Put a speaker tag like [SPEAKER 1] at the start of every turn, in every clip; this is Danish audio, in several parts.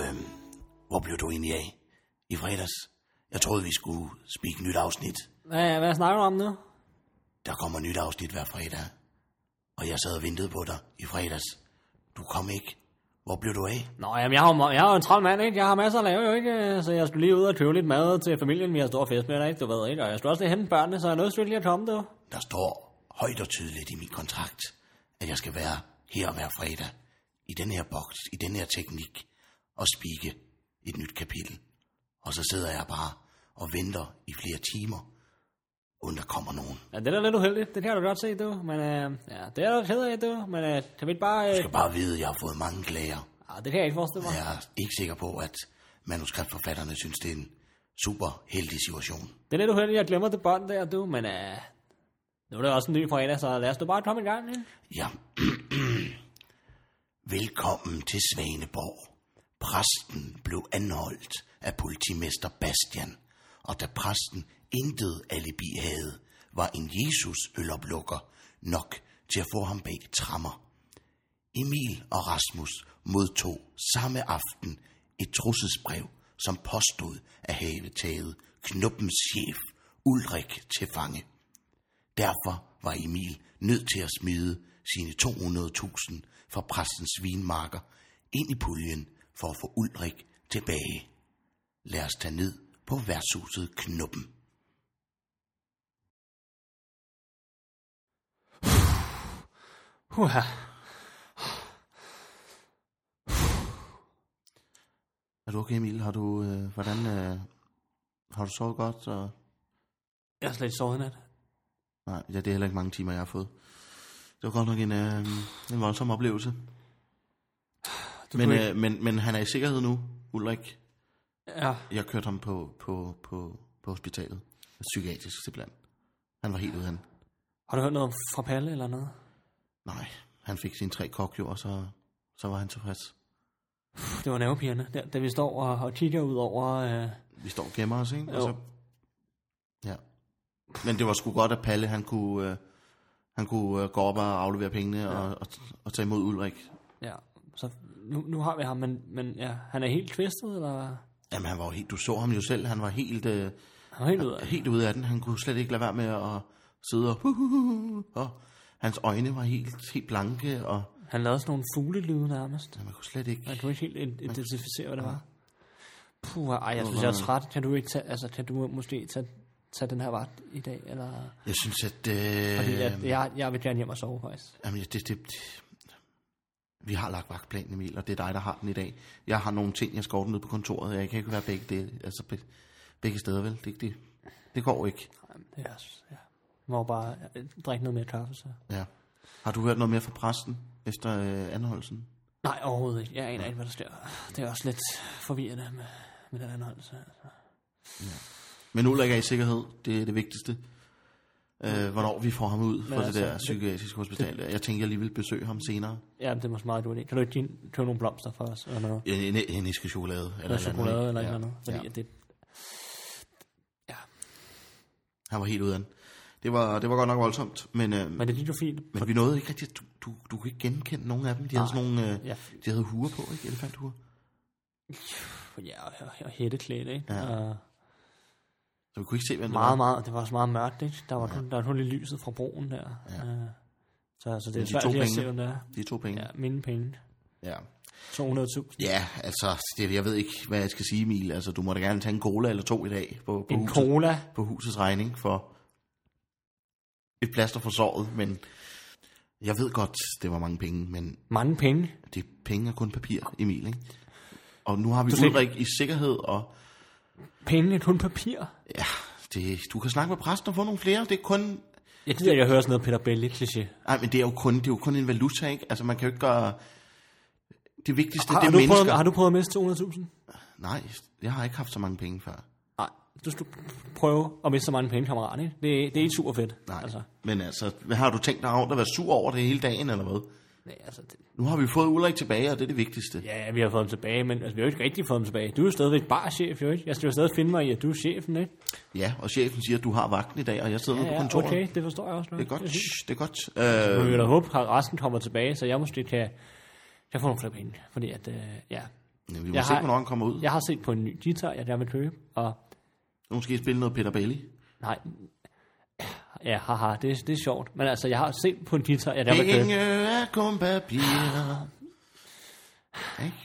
[SPEAKER 1] øhm, du egentlig af i fredags? Jeg troede, vi skulle spikke nyt afsnit.
[SPEAKER 2] Hvad, hvad snakker du om nu?
[SPEAKER 1] Der kommer nyt afsnit hver fredag. Og jeg sad og ventede på dig i fredags. Du kom ikke. Hvor blev du af?
[SPEAKER 2] Nå, jamen, jeg har, jo- jeg har jo en travl mand, ikke? Jeg har masser at lave, jo, ikke? Så jeg skulle lige ud og købe lidt mad til familien. Vi har stor fest med dig, ikke? Du ved, ikke? Og jeg skulle også lige hente børnene, så jeg nåede selvfølgelig at komme, du.
[SPEAKER 1] Der står højt og tydeligt i min kontrakt, at jeg skal være her hver fredag, i den her boks, i den her teknik, og spikke et nyt kapitel. Og så sidder jeg bare og venter i flere timer, uden der kommer nogen.
[SPEAKER 2] Ja, det er da lidt uheldigt. Det kan jeg da godt se, du. Men øh, ja, det er jeg da ked af, du. Men øh, kan vi ikke bare...
[SPEAKER 1] Jeg
[SPEAKER 2] Øh...
[SPEAKER 1] skal bare vide, at jeg har fået mange klager.
[SPEAKER 2] Ah, det kan jeg ikke forestille mig.
[SPEAKER 1] Jeg er ikke sikker på, at manuskriptforfatterne synes, det er en super heldig situation.
[SPEAKER 2] Det er lidt uheldigt, jeg glemmer det bånd der, du. Men øh, nu er det også en ny fredag, så lad os nu bare komme i gang, ikke?
[SPEAKER 1] Ja. Velkommen til Svaneborg. Præsten blev anholdt af politimester Bastian, og da præsten intet alibi havde, var en Jesus øloplukker nok til at få ham bag trammer. Emil og Rasmus modtog samme aften et trusselsbrev, som påstod at have taget Knuppens chef Ulrik til fange. Derfor var Emil nødt til at smide sine 200.000 fra præstens vinmarker ind i puljen for at få Ulrik tilbage. Lad os tage ned på værtshuset Knuppen.
[SPEAKER 2] Uha.
[SPEAKER 1] Er du okay, Emil? Har du, øh, hvordan, øh, har du sovet godt? Og...
[SPEAKER 2] Jeg har slet ikke sovet i nat.
[SPEAKER 1] Nej, ja, det er heller ikke mange timer, jeg har fået. Det var godt nok en, øh, en voldsom oplevelse.
[SPEAKER 2] Du
[SPEAKER 1] Men,
[SPEAKER 2] kunne ikke-
[SPEAKER 1] øh, men, men han er i sikkerhed nu, Ulrik.
[SPEAKER 2] Ja.
[SPEAKER 1] Jeg kørte ham på, på, på, på hospitalet. Psykiatrisk simpelthen. Han var helt ude han.
[SPEAKER 2] Har du hørt noget fra Palle eller noget?
[SPEAKER 1] Nej, han fik sine tre kok jo, og så, så var han tilfreds.
[SPEAKER 2] Puh, det var nervepigerne, der, da vi står og, og kigger ud over... Øh,
[SPEAKER 1] Vi står og gemmer os, ikke? Og
[SPEAKER 2] Jo.
[SPEAKER 1] så, ja. Men det var sgu godt, at Palle, han kunne, øh, han kunne øh, gå op og aflevere pengene ja. og, og, og tage imod Ulrik.
[SPEAKER 2] ja, så nu, nu har vi ham, men, men ja, han er helt kvæstet, eller...
[SPEAKER 1] Jamen, han var jo helt, du så ham jo selv, han var helt, øh,
[SPEAKER 2] Han er helt ud af...
[SPEAKER 1] helt ude af den. Han kunne slet ikke lade være med at sidde og... og hans øjne var helt, helt blanke, og
[SPEAKER 2] Han lavede sådan nogle fuglelyde nærmest.
[SPEAKER 1] ja, man kunne slet ikke...
[SPEAKER 2] Man kunne ikke helt i- identificere, hvad det var. Puh, ej, jeg synes, jeg er træt. Kan du ikke tage, altså, kan du måske tage, tage den her vagt i dag, eller...
[SPEAKER 1] Jeg synes, at...
[SPEAKER 2] Fordi
[SPEAKER 1] Øh,
[SPEAKER 2] jeg, jeg, jeg vil gerne hjem og sove, faktisk.
[SPEAKER 1] Jamen, ja, det, det, det, vi har lagt vagtplanen, Emil, og det er dig, der har den i dag. Jeg har nogle ting, jeg skal ordne ned på kontoret. Jeg kan ikke være begge, det, altså be, begge steder, vel? Det, det, det går ikke.
[SPEAKER 2] Jamen, det er også, ja. Jeg må bare øh, drikke noget mere kaffe, så...
[SPEAKER 1] Ja. Har du hørt noget mere fra præsten efter øh, anholdelsen?
[SPEAKER 2] Nej, overhovedet ikke. Jeg aner ikke, hvad der sker. Det er også lidt forvirrende med, med den anholdelse. Altså.
[SPEAKER 1] Men Ulrik er i sikkerhed. Det er det vigtigste. Øh, hvornår vi får ham ud fra det
[SPEAKER 2] altså,
[SPEAKER 1] der
[SPEAKER 2] det-
[SPEAKER 1] psykiatriske hospital. Jeg tænker, jeg lige vil besøge ham senere.
[SPEAKER 2] Ja, det er måske meget godt. Kan du ikke give- købe nogle blomster for os? Eller noget?
[SPEAKER 1] En, en, en iske chokolade. Eller,
[SPEAKER 2] Eller
[SPEAKER 1] et andet, ikke?
[SPEAKER 2] chokolade eller
[SPEAKER 1] Ja.
[SPEAKER 2] ja. noget. Fordi
[SPEAKER 1] Ja.
[SPEAKER 2] ja. det,
[SPEAKER 1] Han var helt uden. Det var, det var godt nok voldsomt, men... Øh,
[SPEAKER 2] men det gik jo fint.
[SPEAKER 1] Men vi nåede ikke rigtig, du, du, du kunne ikke genkende nogen af dem. De havde sådan nogle, øh,
[SPEAKER 2] Ja,
[SPEAKER 1] de havde huer på, ikke? Elefanthuer.
[SPEAKER 2] ja og, og, og hætteklædt, ikke?
[SPEAKER 1] Ja.
[SPEAKER 2] Ja. Og
[SPEAKER 1] Så vi kunne ikke se, hvem det
[SPEAKER 2] meget,
[SPEAKER 1] var.
[SPEAKER 2] meget, det var også meget mørkt, ikke? Der var, kun, der var kun lidt lyset fra broen der.
[SPEAKER 1] Ja.
[SPEAKER 2] Øh, Så, så det
[SPEAKER 1] Men
[SPEAKER 2] er
[SPEAKER 1] de
[SPEAKER 2] svært
[SPEAKER 1] to
[SPEAKER 2] lige at se,
[SPEAKER 1] penge.
[SPEAKER 2] hvem det er.
[SPEAKER 1] De to penge.
[SPEAKER 2] Ja,
[SPEAKER 1] Ja.
[SPEAKER 2] mine penge.
[SPEAKER 1] ja.
[SPEAKER 2] 200.000.
[SPEAKER 1] ja altså, det, jeg ved ikke, hvad jeg skal sige, Emil. Altså, du må da gerne tage en cola eller to i dag på, på,
[SPEAKER 2] En
[SPEAKER 1] huset,
[SPEAKER 2] cola.
[SPEAKER 1] på husets regning for et plaster for såret, men jeg ved godt, det var mange penge, men
[SPEAKER 2] Mange penge.
[SPEAKER 1] det er penge og kun papir, Emil, ikke? Og nu har vi
[SPEAKER 2] Du fik-
[SPEAKER 1] Ulrik i sikkerhed, og
[SPEAKER 2] Penge er kun papir.
[SPEAKER 1] ja, det, du kan snakke med præsten og få nogle flere. Det er kun
[SPEAKER 2] Jeg gider ikke at høre sådan noget Peter Belli-kliché.
[SPEAKER 1] Nej, men det er jo kun, det er jo kun en valuta, ikke? Altså, man kan jo ikke gøre... Det vigtigste,
[SPEAKER 2] Har,
[SPEAKER 1] det
[SPEAKER 2] har,
[SPEAKER 1] er
[SPEAKER 2] du prøvet,
[SPEAKER 1] mennesker.
[SPEAKER 2] har du prøvet at miste 200.000?
[SPEAKER 1] Nej, jeg har ikke haft så mange penge før.
[SPEAKER 2] Nej, du skal prøve at miste så mange penge, kammerat. Ikke? Det, det er ikke super fedt.
[SPEAKER 1] Nej,
[SPEAKER 2] Altså,
[SPEAKER 1] altså. men altså, hvad har du tænkt dig rundt at være sur over det hele dagen, eller hvad?
[SPEAKER 2] nej, altså det,
[SPEAKER 1] Nu har vi fået Ulrik tilbage, og det er det vigtigste. Ja.
[SPEAKER 2] ja, vi har fået dem tilbage, men altså, vi har jo ikke rigtig fået dem tilbage. Du er jo stadigvæk bare chef, jo ikke? Jeg skal jo stadig finde mig i, at du er chefen, ikke?
[SPEAKER 1] ja, og chefen siger, at du har vagten i dag, og jeg sidder ja, nede på
[SPEAKER 2] Ja,
[SPEAKER 1] kontoret.
[SPEAKER 2] okay, det forstår jeg også.
[SPEAKER 1] Det er godt, shh, det er godt. Øh,
[SPEAKER 2] Men vi vil da håbe, at resten kommer tilbage, så jeg måske kan, kan få nogle flere penge. Fordi at, øh, ja,
[SPEAKER 1] Men Vi må
[SPEAKER 2] Jeg
[SPEAKER 1] se,
[SPEAKER 2] har-
[SPEAKER 1] hvornår han kommer ud. Ja.
[SPEAKER 2] Jeg har set på en ny guitar, jeg gerne vil købe, og
[SPEAKER 1] Nu skal I spille noget Peter Bailey.
[SPEAKER 2] nej, ja, haha, det, det er sjovt. Men altså, jeg har set på en guitar, jeg gerne vil købe.
[SPEAKER 1] Penge er kun papir. Ikke?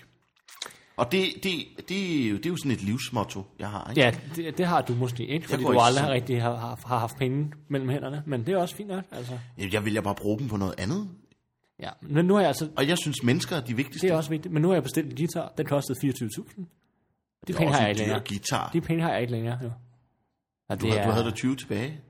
[SPEAKER 1] Og det, det, det, er jo- det er jo sådan et livsmotto, jeg har. Ikke?
[SPEAKER 2] Ja, det, det har du måske ikke, fordi
[SPEAKER 1] går
[SPEAKER 2] du
[SPEAKER 1] i
[SPEAKER 2] aldrig
[SPEAKER 1] seng.
[SPEAKER 2] har rigtig har, har, har haft penge mellem hænderne, men det er også fint nok, altså.
[SPEAKER 1] Jamen, Jeg vil jeg bare bruge dem på noget andet.
[SPEAKER 2] Ja, men nu har jeg altså,
[SPEAKER 1] Og jeg synes, mennesker er de vigtigste.
[SPEAKER 2] det er også vigtigt, men nu har jeg bestilt en guitar, den kostede 24.000. De
[SPEAKER 1] det er
[SPEAKER 2] penge har
[SPEAKER 1] også
[SPEAKER 2] jeg
[SPEAKER 1] en
[SPEAKER 2] ikke
[SPEAKER 1] dyr
[SPEAKER 2] længere.
[SPEAKER 1] guitar.
[SPEAKER 2] De penge har jeg ikke længere, jo. Og
[SPEAKER 1] Du,
[SPEAKER 2] det
[SPEAKER 1] havde,
[SPEAKER 2] er,
[SPEAKER 1] du havde der 20 tilbage.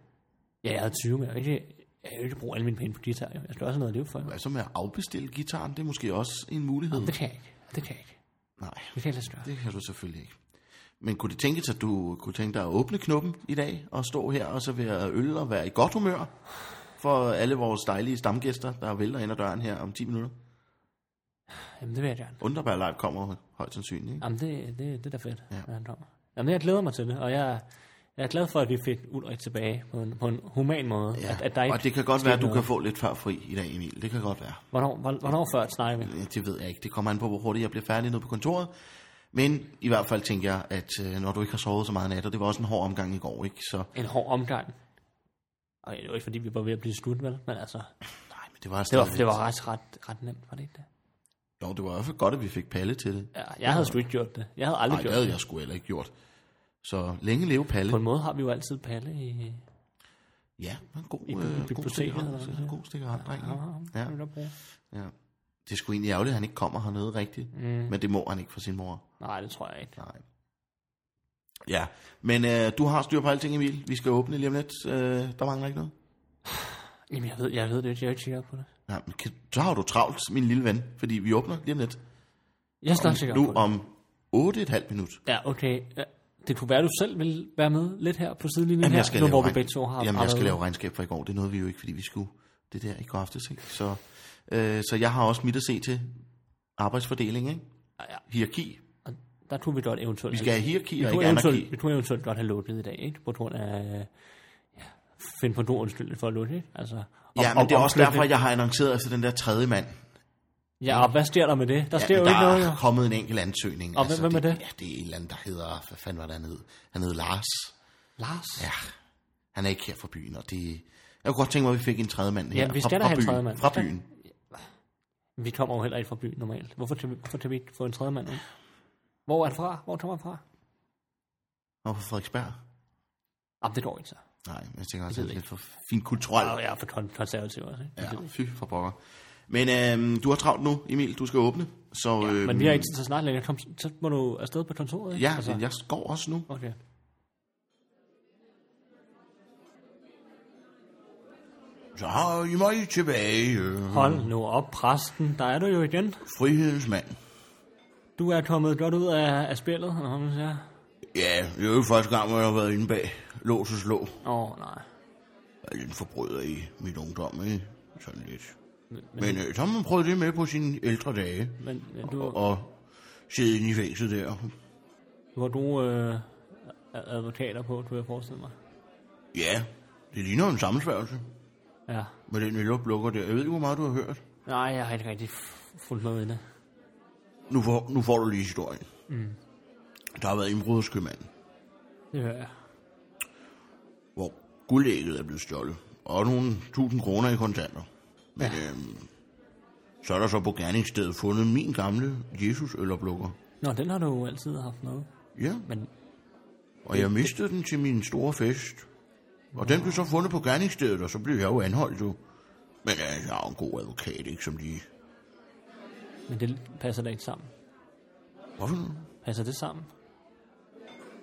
[SPEAKER 2] Ja, jeg havde 20, men jeg vil ikke, jeg vil ikke bruge alle mine penge på guitar, jo. Jeg skal også have noget at leve for, jo.
[SPEAKER 1] Hvad så med at afbestille gitaren? Det er måske også en mulighed.
[SPEAKER 2] Det kan jeg ikke, det kan jeg ikke.
[SPEAKER 1] Nej,
[SPEAKER 2] Det kan jeg lade sig gøre.
[SPEAKER 1] det kan du selvfølgelig ikke. Men kunne det tænkes, at du kunne tænke dig at åbne knuppen i dag, og stå her og så være øl og være i godt humør for alle vores dejlige stamgæster, der vælter ind ad døren her om 10 minutter?
[SPEAKER 2] Jamen, det vil jeg gerne.
[SPEAKER 1] Underbær Live kommer højt sandsynligt. Ikke?
[SPEAKER 2] Jamen, det, det, det er da fedt,
[SPEAKER 1] Ja.
[SPEAKER 2] ja. når han kommer. Jamen, jeg glæder mig til det, og jeg, jeg er glad for, at vi fik Ulrik tilbage på en, på en human måde. Ja. At, at der ikke
[SPEAKER 1] og det kan godt
[SPEAKER 2] skete
[SPEAKER 1] være, at du
[SPEAKER 2] noget.
[SPEAKER 1] kan få lidt før fri i dag, Emil. Det kan godt være.
[SPEAKER 2] Hvornår, hvor- hvornår før snakker vi?
[SPEAKER 1] Ja, Øh, Det ved jeg ikke. Det kommer an på, hvor hurtigt jeg bliver færdig nede på kontoret. Men i hvert fald tænker jeg, at øh, når du ikke har sovet så meget nat, og det var også en hård omgang i går, ikke? Så
[SPEAKER 2] En hård omgang. Og det var ikke, fordi vi var ved at blive slut, vel? Men altså,
[SPEAKER 1] nej, men det var
[SPEAKER 2] det var,
[SPEAKER 1] stadig...
[SPEAKER 2] det var ret, ret, ret nemt, var det ikke det?
[SPEAKER 1] Jo, det var i hvert fald godt, at vi fik Palle til det.
[SPEAKER 2] Ja, jeg havde sgu ikke gjort det. Jeg havde aldrig
[SPEAKER 1] Nej, det
[SPEAKER 2] gjort
[SPEAKER 1] havde
[SPEAKER 2] det.
[SPEAKER 1] jeg sgu heller ikke gjort. Så længe leve Palle.
[SPEAKER 2] På en måde har vi jo altid Palle i...
[SPEAKER 1] Ja, en god,
[SPEAKER 2] i
[SPEAKER 1] øh, god
[SPEAKER 2] biblioteket
[SPEAKER 1] stikker
[SPEAKER 2] eller hvad?
[SPEAKER 1] hånd. God stikker hånd, dreng. Ja,
[SPEAKER 2] Ja.
[SPEAKER 1] ja. Det er sgu egentlig ærgerligt, at han ikke kommer hernede rigtigt.
[SPEAKER 2] Mm.
[SPEAKER 1] Men det må han ikke for sin mor.
[SPEAKER 2] Nej, det tror jeg ikke.
[SPEAKER 1] Nej. Ja, men øh, du har styr på alting, Emil. Vi skal åbne lige om lidt. Øh, der mangler ikke noget.
[SPEAKER 2] Jamen, jeg ved, jeg ved det ikke. Jeg er ikke sikker på det.
[SPEAKER 1] Nej, men kan, så har du travlt, min lille ven, fordi vi åbner lige om lidt.
[SPEAKER 2] Jeg er snart sikker på
[SPEAKER 1] Nu
[SPEAKER 2] det.
[SPEAKER 1] om 8,5 minut.
[SPEAKER 2] Ja, okay. Ja, Det kunne være, at du selv ville være med lidt her på sidelinjen
[SPEAKER 1] Jamen,
[SPEAKER 2] her,
[SPEAKER 1] jeg skal
[SPEAKER 2] nu
[SPEAKER 1] lave
[SPEAKER 2] hvor vi
[SPEAKER 1] regn-
[SPEAKER 2] begge to har
[SPEAKER 1] Jamen, jeg skal
[SPEAKER 2] arbejdet.
[SPEAKER 1] lave regnskab for i går. Det nåede vi jo ikke, fordi vi skulle det der i går aftes. Ikke? Så, øh, så jeg har også mit at se til arbejdsfordeling, ikke?
[SPEAKER 2] Ja, ja.
[SPEAKER 1] Hierarki.
[SPEAKER 2] Og Der kunne vi godt eventuelt...
[SPEAKER 1] Vi skal have hierarki
[SPEAKER 2] vi
[SPEAKER 1] og
[SPEAKER 2] kunne
[SPEAKER 1] ikke anarki.
[SPEAKER 2] eventuelt, vi kunne eventuelt godt have lukket i dag, ikke? På grund af... Ja, finde på en god undskyldning for at lukke, ikke? Altså, og-
[SPEAKER 1] Ja, men
[SPEAKER 2] og-
[SPEAKER 1] det er
[SPEAKER 2] og-
[SPEAKER 1] også derfor, jeg har annonceret efter den der tredje mand.
[SPEAKER 2] Ja, og hvad sker der med det? Der sker
[SPEAKER 1] Ja,
[SPEAKER 2] jo
[SPEAKER 1] men der
[SPEAKER 2] ikke noget, jo.
[SPEAKER 1] er kommet en enkelt ansøgning.
[SPEAKER 2] Og hvem- hvem er
[SPEAKER 1] Ja, det er en eller anden, der hedder... Hvad fanden var det, han hed? Han hed Lars.
[SPEAKER 2] Lars? Ja.
[SPEAKER 1] Ja, han er ikke her fra byen, og det... Jeg kunne godt tænke mig, at vi fik en tredje mand her.
[SPEAKER 2] vi
[SPEAKER 1] fra-
[SPEAKER 2] skal da
[SPEAKER 1] fra
[SPEAKER 2] have en
[SPEAKER 1] byen.
[SPEAKER 2] tredje mand.
[SPEAKER 1] Fra
[SPEAKER 2] Vi skal-
[SPEAKER 1] byen.
[SPEAKER 2] Vi kommer jo heller ikke fra byen normalt. Hvorfor kan vi, hvorfor kan vi ikke få en tredje mand ind? Hvor er han fra? Hvor kommer han fra?
[SPEAKER 1] Og fra Frederiksberg.
[SPEAKER 2] Jamen, det går ikke så.
[SPEAKER 1] Nej, jeg tænker også, at det er lidt for fint kulturelt.
[SPEAKER 2] Og jeg er for kon- konservativ også, ikke?
[SPEAKER 1] Ja, fy for pokker. Men øhm, du har travlt nu, Emil. Du skal åbne. Så, ja, øhm,
[SPEAKER 2] Men vi har ikke tid så snart længere. Kom, så må du afsted på kontoret, ikke? Altså,
[SPEAKER 1] Ja, jeg går også nu.
[SPEAKER 2] Okay.
[SPEAKER 1] Så har I mig tilbage, øh,
[SPEAKER 2] Hold nu op, præsten. Der er du jo igen.
[SPEAKER 1] frihedsmand.
[SPEAKER 2] Du er kommet godt ud af, af spillet, eller hvad man siger.
[SPEAKER 1] Ja, det er jo første gang, hvor jeg har været inde bag lås og slå.
[SPEAKER 2] Åh, oh, nej.
[SPEAKER 1] Jeg er lidt en forbryder i mit ungdom, ikke? Sådan lidt.
[SPEAKER 2] Men, men,
[SPEAKER 1] Men øh, så har man prøvet det med på sine ældre dage.
[SPEAKER 2] men men du,
[SPEAKER 1] Og, og sidde inde i fængslet der.
[SPEAKER 2] var du øh, ad- advokater på, kunne jeg forestille mig.
[SPEAKER 1] Ja, det ligner en sammensværgelse
[SPEAKER 2] Ja.
[SPEAKER 1] med den lille lukker der. Jeg ved ikke, hvor meget du har hørt.
[SPEAKER 2] Nej, jeg har ikke rigtig f- fulgt med i det.
[SPEAKER 1] Nu får, nu får du lige historien. Mm. Der har været indbrud hos købmanden,
[SPEAKER 2] Det hører jeg.
[SPEAKER 1] hvor guldægget er blevet stjålet. Og nogle tusind kroner i kontanter. Men ja. øhm, så er der så på gerningsstedet fundet min gamle jesus øloplukker.
[SPEAKER 2] Nå, den har du jo altid haft med.
[SPEAKER 1] Ja,
[SPEAKER 2] Men
[SPEAKER 1] og jeg mistede den til min store fest. Og den blev så fundet på gerningsstedet, og så blev jeg jo anholdt jo. Men øh, jeg er jo en god advokat, ikke som de...
[SPEAKER 2] Men det passer da ikke sammen.
[SPEAKER 1] Hvorfor nu?
[SPEAKER 2] Passer det sammen?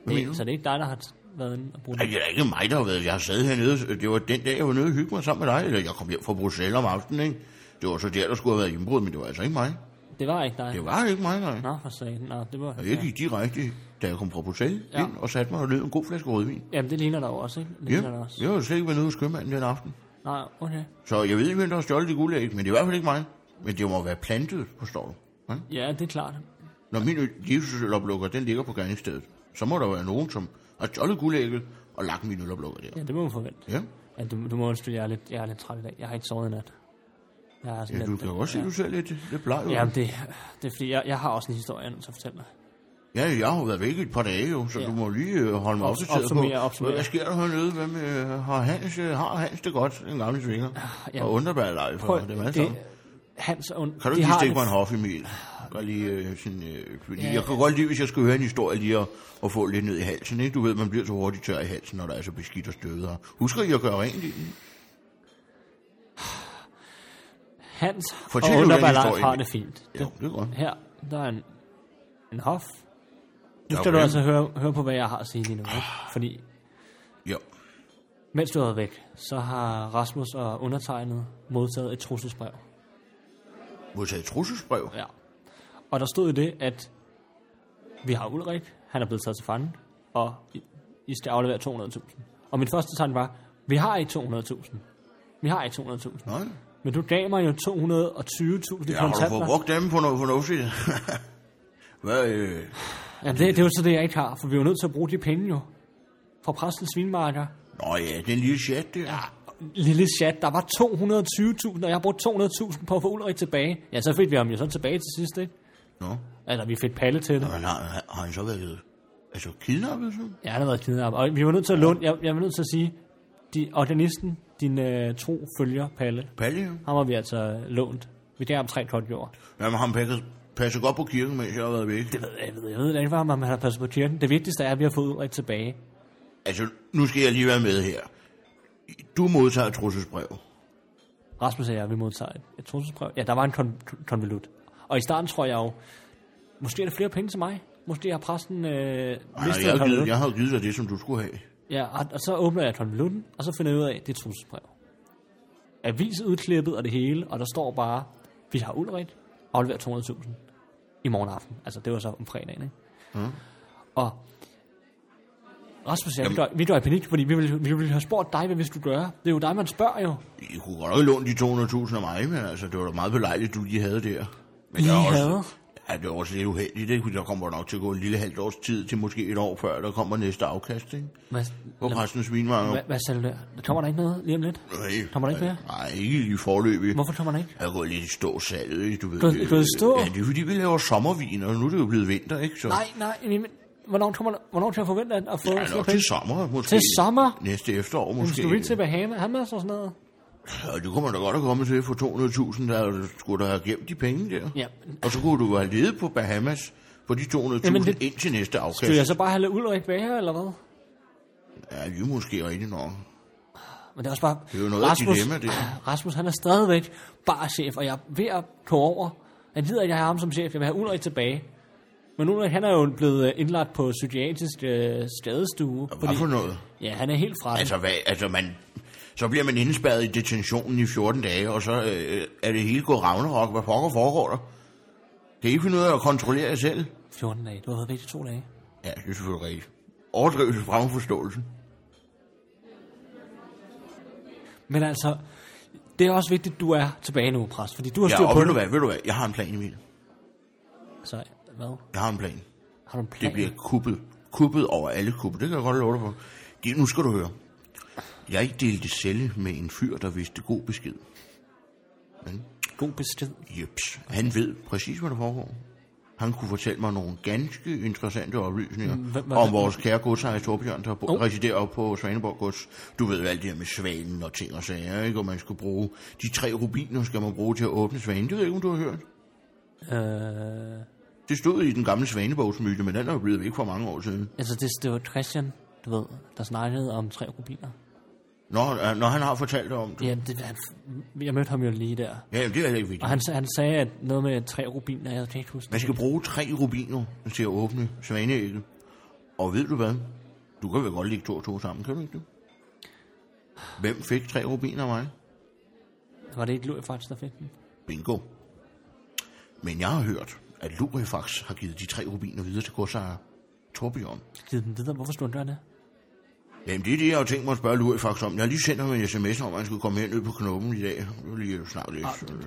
[SPEAKER 1] mener du?
[SPEAKER 2] Det, så det er ikke dig, der har t- været inde og brugt
[SPEAKER 1] Ej, det er da ikke mig, der har været. Jeg har siddet hernede. Det var den dag, jeg var nede og hygge mig sammen med dig. Eller jeg kom hjem fra Bruxelles om aftenen, ikke? Det var så der, der skulle have været indbrud, men det var altså ikke mig.
[SPEAKER 2] Det var ikke dig.
[SPEAKER 1] Det var ikke mig, nej.
[SPEAKER 2] Nå, for sagen. Nå, det var...
[SPEAKER 1] Jeg gik direkte, da jeg kom fra Bruxelles, ja.
[SPEAKER 2] Ja.
[SPEAKER 1] ind og satte mig og lød en god flaske rødvin.
[SPEAKER 2] Jamen, det ligner der jo også, ikke? Det
[SPEAKER 1] Ja,
[SPEAKER 2] ligner der også.
[SPEAKER 1] jeg var slet ikke været nede hos købmanden den aften.
[SPEAKER 2] Nej, okay.
[SPEAKER 1] Så jeg ved ikke, hvem der har stjålet det guldæg, men det er i hvert fald ikke mig. Men det må være plantet, forstår du. Ja?
[SPEAKER 2] Ja, det er klart.
[SPEAKER 1] Når min livsøloplukker, den ligger på gerningsstedet, så må der være nogen, som har stjålet guldægget og lagt min øloplukker der.
[SPEAKER 2] Ja, det må man forvente.
[SPEAKER 1] Ja.
[SPEAKER 2] Ja, du, du må undskylde, jeg er, lidt, jeg er lidt træt i dag. Jeg har ikke sovet i nat. Jeg er sådan
[SPEAKER 1] Ja, du
[SPEAKER 2] lidt,
[SPEAKER 1] kan jo også se, du ser lidt, lidt bleg ud.
[SPEAKER 2] Jamen, det, det er fordi, jeg, jeg har også en historie, jeg er nødt til at fortælle mig.
[SPEAKER 1] Ja, jeg har jo været væk i et par dage, jo, så ja. du må lige øh, holde mig
[SPEAKER 2] Op-
[SPEAKER 1] opdateret på,
[SPEAKER 2] opsummere, opsummere.
[SPEAKER 1] hvad der sker der hernede. Hvem øh, har, Hans, øh, har Hans det godt, den gamle svinger?
[SPEAKER 2] ja.
[SPEAKER 1] Ah, Ja. Og Underberg Leif, og det er det,
[SPEAKER 2] Hans og
[SPEAKER 1] Kan du ikke lige stikke mig en hof, Emil? Gør lige, øh, sådan, øh, fordi ja, jeg kan godt lide, hvis jeg skal høre en historie lige og, og få lidt ned i halsen. Ikke? Du ved, man bliver så hurtigt tør i halsen, når der er så beskidt og støvet her. Husker I at gøre rent i den?
[SPEAKER 2] Hans
[SPEAKER 1] Fortæl
[SPEAKER 2] og
[SPEAKER 1] jo den
[SPEAKER 2] underbalans
[SPEAKER 1] historie.
[SPEAKER 2] har det fint.
[SPEAKER 1] Jo, det er godt.
[SPEAKER 2] Her, der er en, en hof. Nu skal
[SPEAKER 1] Okay.
[SPEAKER 2] du altså høre, høre på, hvad jeg har at sige lige nu. Ikke? Fordi
[SPEAKER 1] Ja.
[SPEAKER 2] mens du har været væk, så har Rasmus og undertegnet modtaget et trusselsbrev.
[SPEAKER 1] Modtaget trusselsbrev?
[SPEAKER 2] Ja. Og der stod i det, at vi har Ulrik, han er blevet taget til fange, og I- I skal aflevere 200.000. Og min første tanke var, vi har ikke 200.000. Vi har ikke 200.000.
[SPEAKER 1] Nej.
[SPEAKER 2] Men du gav mig jo 220.000
[SPEAKER 1] Ja, har du fået
[SPEAKER 2] kontanter.
[SPEAKER 1] brugt dem på noget fornuftigt? Hvad, øh,
[SPEAKER 2] Ja, det, det er jo så det, jeg ikke har, for vi er jo nødt til at bruge de penge jo. Fra præstens vinmarker.
[SPEAKER 1] Nå ja, den lille chat der. Ja.
[SPEAKER 2] Lille chat, der var 220.000, og jeg har brugt 200.000 på at få Ulrik tilbage. Ja, så fik vi ham jo så tilbage til sidst, ikke?
[SPEAKER 1] Nå,
[SPEAKER 2] Eller vi fik Palle til det.
[SPEAKER 1] men har, har han så været altså, kidnappet? Så?
[SPEAKER 2] Ja, han har været kidnappet. Og vi var nødt til at låne, jeg, jeg var nødt til at sige, de, organisten, din øh, tro følger Palle.
[SPEAKER 1] Palle, ja.
[SPEAKER 2] Ham har vi altså lånt. Vi gav ham tre kort jord.
[SPEAKER 1] Jamen, han passer, passer godt på kirken, mens jeg har været væk.
[SPEAKER 2] Jeg ved, jeg ved, jeg ved ikke, hvad man har passet på kirken. Det vigtigste er, at vi har fået Ulrik tilbage.
[SPEAKER 1] Altså, nu skal jeg lige være med her. Du modtager et trusselsbrev.
[SPEAKER 2] Rasmus og jeg, vi modtager et, et trusselsbrev. Ja, der var en kon- kon- konvolut. Og i starten tror jeg jo, måske er der flere penge til mig. Måske har præsten øh,
[SPEAKER 1] Nej,
[SPEAKER 2] mistet
[SPEAKER 1] jeg, har givet,
[SPEAKER 2] konvolutten.
[SPEAKER 1] jeg har jo givet dig det, som du skulle have.
[SPEAKER 2] Ja, og, og så åbner jeg konvolutten, og så finder jeg ud af, at det er et trusselsbrev. Avisudklippet og det hele, og der står bare, vi har Ulrik, aflever 200.000 i morgen aften. Altså, det var så om fredagen, ikke? Mm. Og Rasmus, og jeg, vi går, vi går i panik, fordi vi ville, vi ville have spurgt dig, hvad vi skulle gøre. Det er jo dig, man spørger jo.
[SPEAKER 1] I kunne godt nok låne de 200.000 af mig, men altså, det var da meget belejligt, du lige havde der. Men
[SPEAKER 2] Lige
[SPEAKER 1] jeg er
[SPEAKER 2] havde?
[SPEAKER 1] Også, ja, det var også lidt uheldigt, ikke? Fordi der kommer nok til at gå en lille halvt års tid til måske et år før, der kommer næste afkast, ikke?
[SPEAKER 2] Hvad,
[SPEAKER 1] På præstens vinvanger.
[SPEAKER 2] Hva, hvad sagde du der? Der kommer der ikke noget lige om lidt?
[SPEAKER 1] Nej,
[SPEAKER 2] Kommer der ikke
[SPEAKER 1] nej,
[SPEAKER 2] mere?
[SPEAKER 1] Nej, ikke lige forløbig.
[SPEAKER 2] Hvorfor kommer der ikke?
[SPEAKER 1] Jeg er gået lidt i stå salget, ikke? Du ved,
[SPEAKER 2] Gået-
[SPEAKER 1] øh,
[SPEAKER 2] gået i stå?
[SPEAKER 1] Ja, det er fordi, vi laver sommervin, og nu er det jo blevet vinter, ikke? Så
[SPEAKER 2] Nej, nej, nej, men hvornår, kommer der, hvornår kan jeg forvente at at få
[SPEAKER 1] Ja,
[SPEAKER 2] flere
[SPEAKER 1] nok til
[SPEAKER 2] penge?
[SPEAKER 1] sommer, måske.
[SPEAKER 2] Til sommer?
[SPEAKER 1] Næste efterår, måske.
[SPEAKER 2] Skal vi ikke til Bahama? Han med og sådan noget?
[SPEAKER 1] Ja, det kunne man da godt have kommet til for 200.000, der skulle da have gemt de penge der.
[SPEAKER 2] Ja.
[SPEAKER 1] Og så kunne du have levet på Bahamas på de 200.000
[SPEAKER 2] Jamen,
[SPEAKER 1] det...
[SPEAKER 2] det-
[SPEAKER 1] indtil næste afkast.
[SPEAKER 2] Skal jeg så bare have lavet Ulrik bage eller hvad?
[SPEAKER 1] Ja, det er måske rigtigt nok.
[SPEAKER 2] Men det er også bare...
[SPEAKER 1] Det er jo noget af et dilemma, det.
[SPEAKER 2] Rasmus, han er stadigvæk bare chef, og jeg er ved at gå over. Han lider, at jeg har ham som chef. Jeg vil have Ulrik tilbage. Men Ulrik, han er jo blevet øh, indlagt på psykiatrisk øh, skadestue.
[SPEAKER 1] Hvad for noget?
[SPEAKER 2] Ja, han er helt fra det.
[SPEAKER 1] Altså, hvad, altså man, så bliver man indespærret i detentionen i 14 dage, og så øh, er det hele gået ragnarok. Hvad pokker foregår der? Kan I finde ud af at kontrollere jer selv?
[SPEAKER 2] 14 dage. Du har været væk i to dage.
[SPEAKER 1] Ja, det er selvfølgelig rigtigt. Overdrivelse frem forståelsen.
[SPEAKER 2] Men altså, det er også vigtigt, at du er tilbage nu, præst. Fordi du har styr
[SPEAKER 1] Ja, og
[SPEAKER 2] på
[SPEAKER 1] ved du
[SPEAKER 2] det.
[SPEAKER 1] hvad, ved du hvad, jeg har en plan, Emil.
[SPEAKER 2] Så hvad?
[SPEAKER 1] Jeg har en plan.
[SPEAKER 2] Har du en plan?
[SPEAKER 1] Det bliver kuppet. Kuppet over alle kupper. Det kan jeg godt love dig for. Det, nu skal du høre. Jeg delte celle med en fyr, der vidste god besked.
[SPEAKER 2] God besked.
[SPEAKER 1] Jeps. Han ved præcis, hvad der foregår. Han kunne fortælle mig nogle ganske interessante oplysninger
[SPEAKER 2] hvad- hvad-
[SPEAKER 1] om vores kære godsejr Torbjørn, der oh. residerer oppe på Svaneborg Gods. Du ved jo alt det her med svanen og ting og sager, ikke? Og man skal bruge de tre rubiner, skal man bruge til at åbne svanen. Det ved jeg ikke, om du har hørt.
[SPEAKER 2] Øh,
[SPEAKER 1] Det stod i den gamle svanebogsmyte, men den er jo blevet væk for mange år siden.
[SPEAKER 2] altså, det, det var Christian, du ved, der snakkede om tre rubiner.
[SPEAKER 1] øh, Når, når han har fortalt dig om det.
[SPEAKER 2] Ja, det, han, jeg mødte ham jo lige der.
[SPEAKER 1] Ja, jamen, det er heller ikke vigtigt.
[SPEAKER 2] Og han, sa- han sagde at noget med tre rubiner, jeg kan ikke huske
[SPEAKER 1] Man
[SPEAKER 2] det.
[SPEAKER 1] skal bruge tre rubiner til at åbne svaneægget. Og ved du hvad? Du kan vel godt lægge to og to sammen, kan du ikke det? Hvem fik tre rubiner af mig?
[SPEAKER 2] Var det ikke Louis faktisk, der fik den?
[SPEAKER 1] Bingo. Men jeg har hørt, at Lurifax har givet de tre rubiner videre til godsejer Torbjørn.
[SPEAKER 2] Givet den videre, hvorfor skulle han gøre det?
[SPEAKER 1] Jamen, det er det, jeg har tænkt mig at spørge Louis faktisk om. Jeg har lige sendt ham en sms om, at han skulle komme herned på knoppen i dag. Det vil lige snart lidt.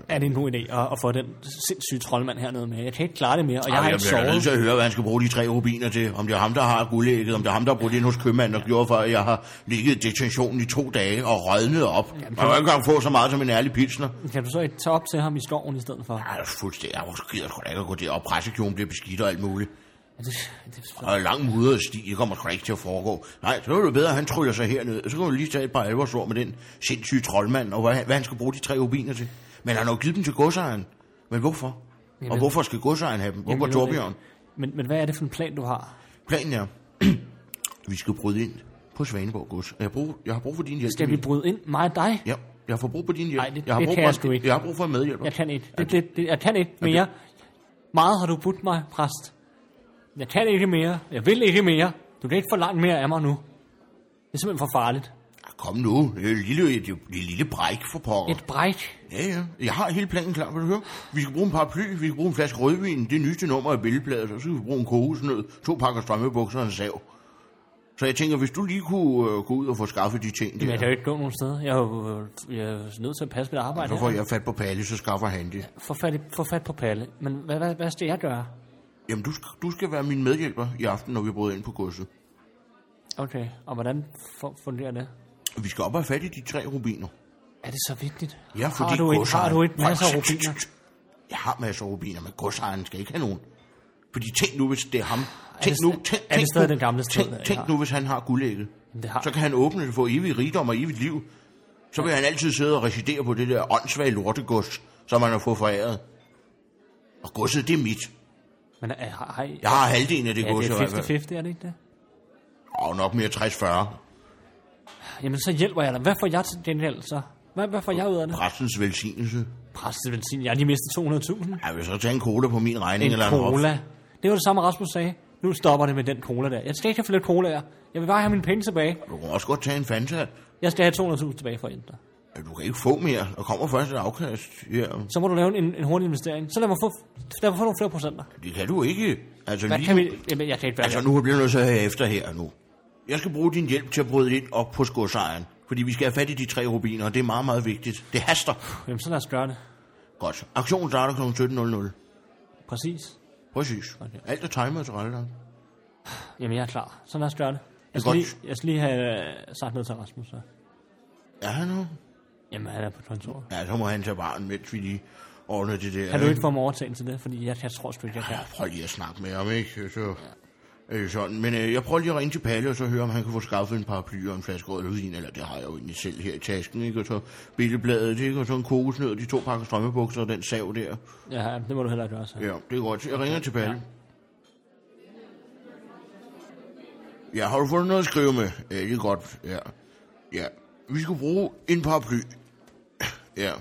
[SPEAKER 2] Er det en god idé at, at få den sindssyge troldmand hernede med? Jeg kan ikke klare det mere, og jeg
[SPEAKER 1] Ej,
[SPEAKER 2] har ikke
[SPEAKER 1] jeg bliver nødt
[SPEAKER 2] sovet.
[SPEAKER 1] til at høre, hvad han skal bruge de tre rubiner til. Om det er ham, der har guldægget, om det er ham, der har brugt ind hos købmanden og gjorde for, at jeg har ligget i detentionen i to dage og rødnet op. Man kan jo ikke engang få så meget som en ærlig pilsner.
[SPEAKER 2] Kan du så ikke tage op til ham i skoven i stedet for?
[SPEAKER 1] Ej, jeg er fuldstændig. Jeg gider sgu da ikke at gå derop. Pressekjolen bliver beskidt og alt muligt.
[SPEAKER 2] Ja, det, Altså, det,
[SPEAKER 1] Og en lang mudret sti, det kommer sgu da ikke til at foregå. Nej, så er det bedre, at han tryller sig herned. Så kan vi lige tage et par alvorsord med den sindssyge troldmand, og hvad, han- hvad han skal bruge de tre rubiner til. Men han har jo givet dem til godsejeren. Men hvorfor? og hvorfor skal godsejeren have dem? Hvorfor
[SPEAKER 2] Jamen, jeg ved det
[SPEAKER 1] Torbjørn?
[SPEAKER 2] ikke. Men, men hvad er det for en plan, du har?
[SPEAKER 1] Planen er, vi skal bryde ind på Svaneborg Gods. Og Jeg, brug, jeg har brug for din hjælp.
[SPEAKER 2] Skal vi bryde ind? Mig og dig?
[SPEAKER 1] Ja, jeg har brug for din hjælp.
[SPEAKER 2] Ej, det-
[SPEAKER 1] jeg har
[SPEAKER 2] det
[SPEAKER 1] brug
[SPEAKER 2] kan
[SPEAKER 1] for,
[SPEAKER 2] jeg sgu ikke.
[SPEAKER 1] Jeg har brug for en medhjælper.
[SPEAKER 2] Jeg kan ikke. Det, det, det, jeg kan ikke mere. Meget har du budt mig, præst. Jeg kan ikke mere. Jeg vil ikke mere. Du kan ikke forlange mere af mig nu. Det er simpelthen for farligt.
[SPEAKER 1] Ah, Kom nu, det er et lille, det er et lille bræk for pokker.
[SPEAKER 2] Et bræk.
[SPEAKER 1] Ja, ja. Jeg har hele planen klar, vil du høre? Vi skal bruge en paraply, vi skal bruge en flaske rødvin, det nyeste nummer af billedbladet, og så skal vi bruge en kokosnød, to pakker strømmebukser og en sav. Så jeg tænker, hvis du lige kunne øh, gå ud og få skaffet de ting
[SPEAKER 2] Men jeg
[SPEAKER 1] der,
[SPEAKER 2] kan jo ikke gå nogen steder. Jeg er jo øh, jeg er jo nødt til at passe mit arbejde
[SPEAKER 1] så
[SPEAKER 2] her.
[SPEAKER 1] får jeg fat på Palle, så skaffer han det.
[SPEAKER 2] Få fat, i- få fat på Palle. Men hvad, hvad, hvad skal jeg gøre?
[SPEAKER 1] Jamen, du, sk- du skal være min medhjælper i aften, når vi bryder ind på godset.
[SPEAKER 2] Okay, og hvordan fu- fungerer det?
[SPEAKER 1] Vi skal op og have fat i de tre rubiner.
[SPEAKER 2] Er det så vigtigt?
[SPEAKER 1] Ja, fordi
[SPEAKER 2] har du ikke, har
[SPEAKER 1] godsejeren-
[SPEAKER 2] du ikke masser af
[SPEAKER 1] Prøv- tsk, tsk,
[SPEAKER 2] rubiner?
[SPEAKER 1] tsk. Jeg har masser af rubiner, men godsejeren skal ikke have nogen. Fordi tænk nu, hvis det er ham. Tænk
[SPEAKER 2] det
[SPEAKER 1] nu,
[SPEAKER 2] sta-
[SPEAKER 1] tænk,
[SPEAKER 2] er det
[SPEAKER 1] tænk
[SPEAKER 2] stadig
[SPEAKER 1] nu,
[SPEAKER 2] den gamle sted,
[SPEAKER 1] tænk,
[SPEAKER 2] jeg
[SPEAKER 1] tænk
[SPEAKER 2] har?
[SPEAKER 1] nu, hvis han har guldægget.
[SPEAKER 2] Det har-
[SPEAKER 1] Så kan han åbne det for evig rigdom og evigt liv. Så vil han altid sidde og residere på det der åndssvage lortegods, som han har fået foræret. Og godset, det er mit.
[SPEAKER 2] Men er, har, har,
[SPEAKER 1] Jeg har halvdelen af det
[SPEAKER 2] Ja,
[SPEAKER 1] gods.
[SPEAKER 2] det
[SPEAKER 1] i hvert fald.
[SPEAKER 2] er 50-50, er det ikke det?
[SPEAKER 1] Og nok mere 60-40.
[SPEAKER 2] Jamen, så hjælper jeg dig. Hvad får jeg til gengæld, så? Hvad, hvad får jeg ud af det?
[SPEAKER 1] Præstens velsignelse.
[SPEAKER 2] Præsteventin, jeg har lige mistet 200.000.
[SPEAKER 1] Jeg vil så tage en cola på min regning.
[SPEAKER 2] En
[SPEAKER 1] eller hof.
[SPEAKER 2] cola. Det var det samme, Rasmus sagde. Nu stopper det med den cola der. Jeg skal ikke have flere colaer. Jeg vil bare have mine penge tilbage.
[SPEAKER 1] Du kan også godt tage en Fanta.
[SPEAKER 2] Jeg skal have 200.000 tilbage for at hjælpe dig.
[SPEAKER 1] Du kan ikke få mere. Der kommer først et afkast. Ja.
[SPEAKER 2] Så må du lave en, en hurtig investering. Så lad mig få, lad mig få nogle flere procenter.
[SPEAKER 1] Det kan du ikke. Altså,
[SPEAKER 2] Hvad
[SPEAKER 1] lige,
[SPEAKER 2] kan vi... Jamen, jeg kan ikke være
[SPEAKER 1] altså nu bliver jeg nødt til at have efter her nu. Jeg skal bruge din hjælp til at bryde ind op på skodsejren. Fordi vi skal have fat i de tre rubiner, og det er meget, meget vigtigt. Det haster.
[SPEAKER 2] Jamen, så lad os gøre det.
[SPEAKER 1] Godt. Aktionen starter kl. 17.00.
[SPEAKER 2] Præcis.
[SPEAKER 1] Præcis.
[SPEAKER 2] Okay.
[SPEAKER 1] Alt er timet til rettelagt.
[SPEAKER 2] Jamen, jeg er klar. Så lad os gøre det. Jeg
[SPEAKER 1] er
[SPEAKER 2] skal,
[SPEAKER 1] godt.
[SPEAKER 2] lige, jeg skal lige have øh, sagt noget til Rasmus. Så.
[SPEAKER 1] Er han nu?
[SPEAKER 2] Jamen, han er på kontoret.
[SPEAKER 1] Ja, så må han tage varen, mens vi lige ordner det der.
[SPEAKER 2] Kan du ikke få mig overtalt til det? Fordi jeg, jeg tror sgu ikke, jeg kan.
[SPEAKER 1] Ja, prøv lige at snakke med ham, ikke? Så, øh, sådan. Men øh, jeg prøver lige at ringe til Palle, og så høre, om han kan få skaffet en paraply og en flaske rødvin, eller det har jeg jo egentlig selv her i tasken, ikke? Og så billedbladet, ikke? Og så en kokosnød, og de to pakker strømmebukser og den sav der.
[SPEAKER 2] Ja, det må du heller gøre så.
[SPEAKER 1] Ja, det er godt. Jeg ringer til Palle. Ja, har du fundet noget at skrive med? Ja, det er godt. Ja. Ja. Vi skal bruge en paraply. Ja.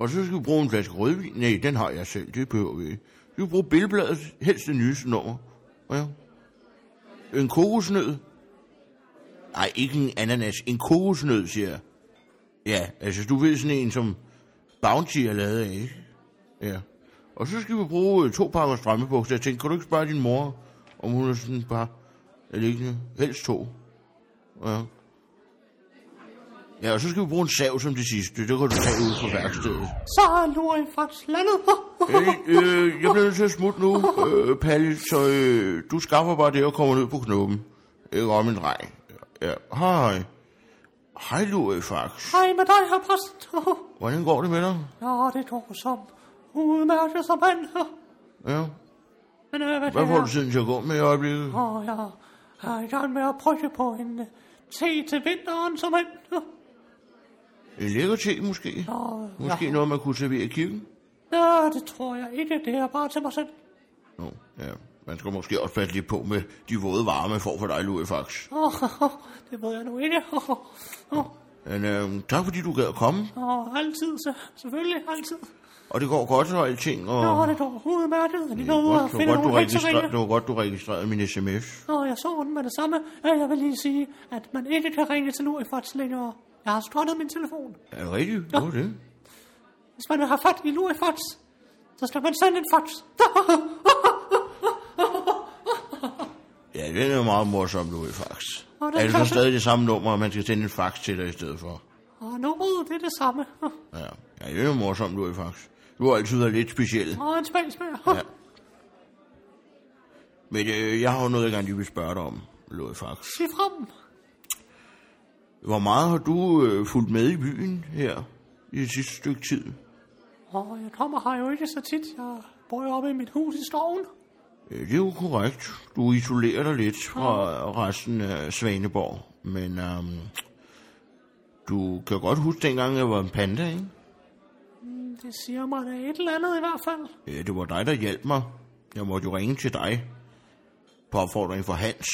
[SPEAKER 1] Og så skal vi bruge en flaske rødvin. Nej, den har jeg selv. Det behøver vi ikke. Vi skal bruge billedbladet. Helst det nyeste nummer. Ja. En kokosnød. Nej, ikke en ananas. En kokosnød, siger jeg. Ja, altså du ved sådan en, som Bounty er lavet af, ikke? Ja. Og så skal vi bruge øh, to pakker strømmebukser. Jeg tænkte, kan du ikke spørge din mor, om hun er sådan et par af liggende? Helst to. Ja. Ja, og så skal vi bruge en sav som det sidste. Det kan du tage ud fra værkstedet.
[SPEAKER 3] Så er Lorien fra landet.
[SPEAKER 1] Hey, øh, jeg bliver nødt til at smutte nu, øh, Palle, så øh, du skaffer bare det og kommer ned på knoppen. Ikke om en rej. Ja, hej. Hej, Louis Fax.
[SPEAKER 3] Hej med dig, herr præst.
[SPEAKER 1] Hvordan går det med dig?
[SPEAKER 3] Ja, det går som udmærket som han.
[SPEAKER 1] Ja.
[SPEAKER 3] Men øh, hvad
[SPEAKER 1] Hvad
[SPEAKER 3] det
[SPEAKER 1] får du
[SPEAKER 3] er?
[SPEAKER 1] tiden til at gå med i øjeblikket?
[SPEAKER 3] Og jeg er i gang med at brygge på en øh, te til vinteren som han.
[SPEAKER 1] En lækker te, måske? Måske noget, man kunne servere i kirken?
[SPEAKER 3] Ja, det tror jeg ikke. Det er bare til mig selv.
[SPEAKER 1] Nå, ja. Man skal måske også passe lidt på med de våde varer, man får for dig, Louis Fax.
[SPEAKER 3] Det ved jeg nu ikke.
[SPEAKER 1] Men øh, tak, fordi du gad at komme.
[SPEAKER 3] Og altid, så, selvfølgelig altid.
[SPEAKER 1] Og det går godt og alting. Og...
[SPEAKER 3] Og det går udmærket. Jeg er
[SPEAKER 1] det,
[SPEAKER 3] lige
[SPEAKER 1] var
[SPEAKER 3] ude
[SPEAKER 1] godt,
[SPEAKER 3] og
[SPEAKER 1] det, var
[SPEAKER 3] finde
[SPEAKER 1] godt, du
[SPEAKER 3] nogle
[SPEAKER 1] registrerede, det
[SPEAKER 3] rigtige
[SPEAKER 1] var godt, du registrerede min sms.
[SPEAKER 3] Og jeg så den med det samme. Ja, Jeg vil lige sige, at man ikke kan ringe til Lorien Fox længere. Jeg har skrottet min telefon.
[SPEAKER 1] Er det rigtigt? Ja. Nå, det.
[SPEAKER 3] Hvis man har fat i Louis Fox, så skal man sende en fax.
[SPEAKER 1] Ja, det er jo meget morsomt ud, faktisk.
[SPEAKER 3] Åh, det
[SPEAKER 1] er det så
[SPEAKER 3] kan-
[SPEAKER 1] stadig det samme nummer, og man skal sende en fax til dig i stedet for?
[SPEAKER 3] Og nummeret, det er det samme.
[SPEAKER 1] Ja, ja det er jo morsomt ud, faktisk. Du har altid været lidt speciel.
[SPEAKER 3] Og en spændsmør.
[SPEAKER 1] Ja. Men øh, jeg har jo noget, jeg gerne lige vil spørge dig om, Louis Fax.
[SPEAKER 3] Sig frem.
[SPEAKER 1] Hvor meget har du øh, fulgt med i byen her i det sidste stykke tid?
[SPEAKER 3] Og jeg kommer her jo ikke så tit. Jeg bor jo oppe i mit hus i skoven.
[SPEAKER 1] Øh, det er jo korrekt. Du isolerer dig lidt fra resten af Svaneborg. Men øhm, du kan godt huske dengang, jeg var en panda, ikke?
[SPEAKER 3] Det siger mig da et eller andet i hvert fald.
[SPEAKER 1] Øh, det var dig, der hjalp mig. Jeg måtte jo ringe til dig på opfordring fra Hans,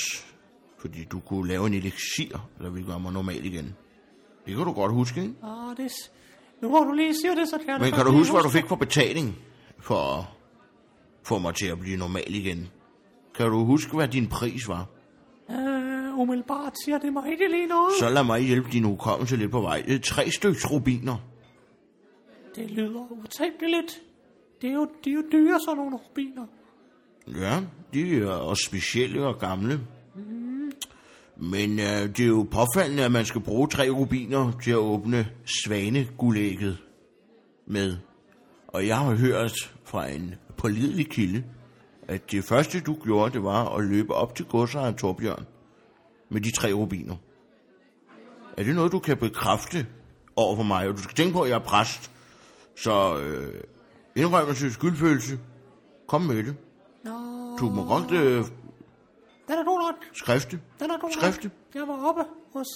[SPEAKER 1] fordi du kunne lave en elixir, der ville gøre mig normal igen. Det kan du godt huske, ikke?
[SPEAKER 3] Og det... s- Nu hvor du lige siger det, så kan jeg
[SPEAKER 1] Men
[SPEAKER 3] da
[SPEAKER 1] kan
[SPEAKER 3] godt
[SPEAKER 1] du
[SPEAKER 3] lige
[SPEAKER 1] huske, hvad du fik på betaling for at få mig til at blive normal igen? Kan du huske, hvad din pris var?
[SPEAKER 3] Øh, umiddelbart siger det mig ikke lige noget. Så...
[SPEAKER 1] Så lad mig hjælpe din hukommelse lidt på vej. Det er tre stykker rubiner.
[SPEAKER 3] Det lyder utænkeligt. Det er jo, de er jo dyre, sådan nogle rubiner.
[SPEAKER 1] Ja, de er også specielle og gamle. Men øh, det er jo påfaldende, at man skal bruge tre rubiner til at åbne svanegulægget med. Og jeg har hørt fra en pålidelig kilde, at det første, du gjorde, det var at løbe op til godsejeren Torbjørn med de tre rubiner. Er det noget, du kan bekræfte over for mig? Og du skal tænke på, at jeg er præst, så øh, indrømmelse, skyldfølelse, kom med det.
[SPEAKER 3] Nå,
[SPEAKER 1] Du må godt øh,
[SPEAKER 3] den er god nok.
[SPEAKER 1] skrifte.
[SPEAKER 3] Den er god
[SPEAKER 1] Skrifte.
[SPEAKER 3] nok. Jeg var oppe hos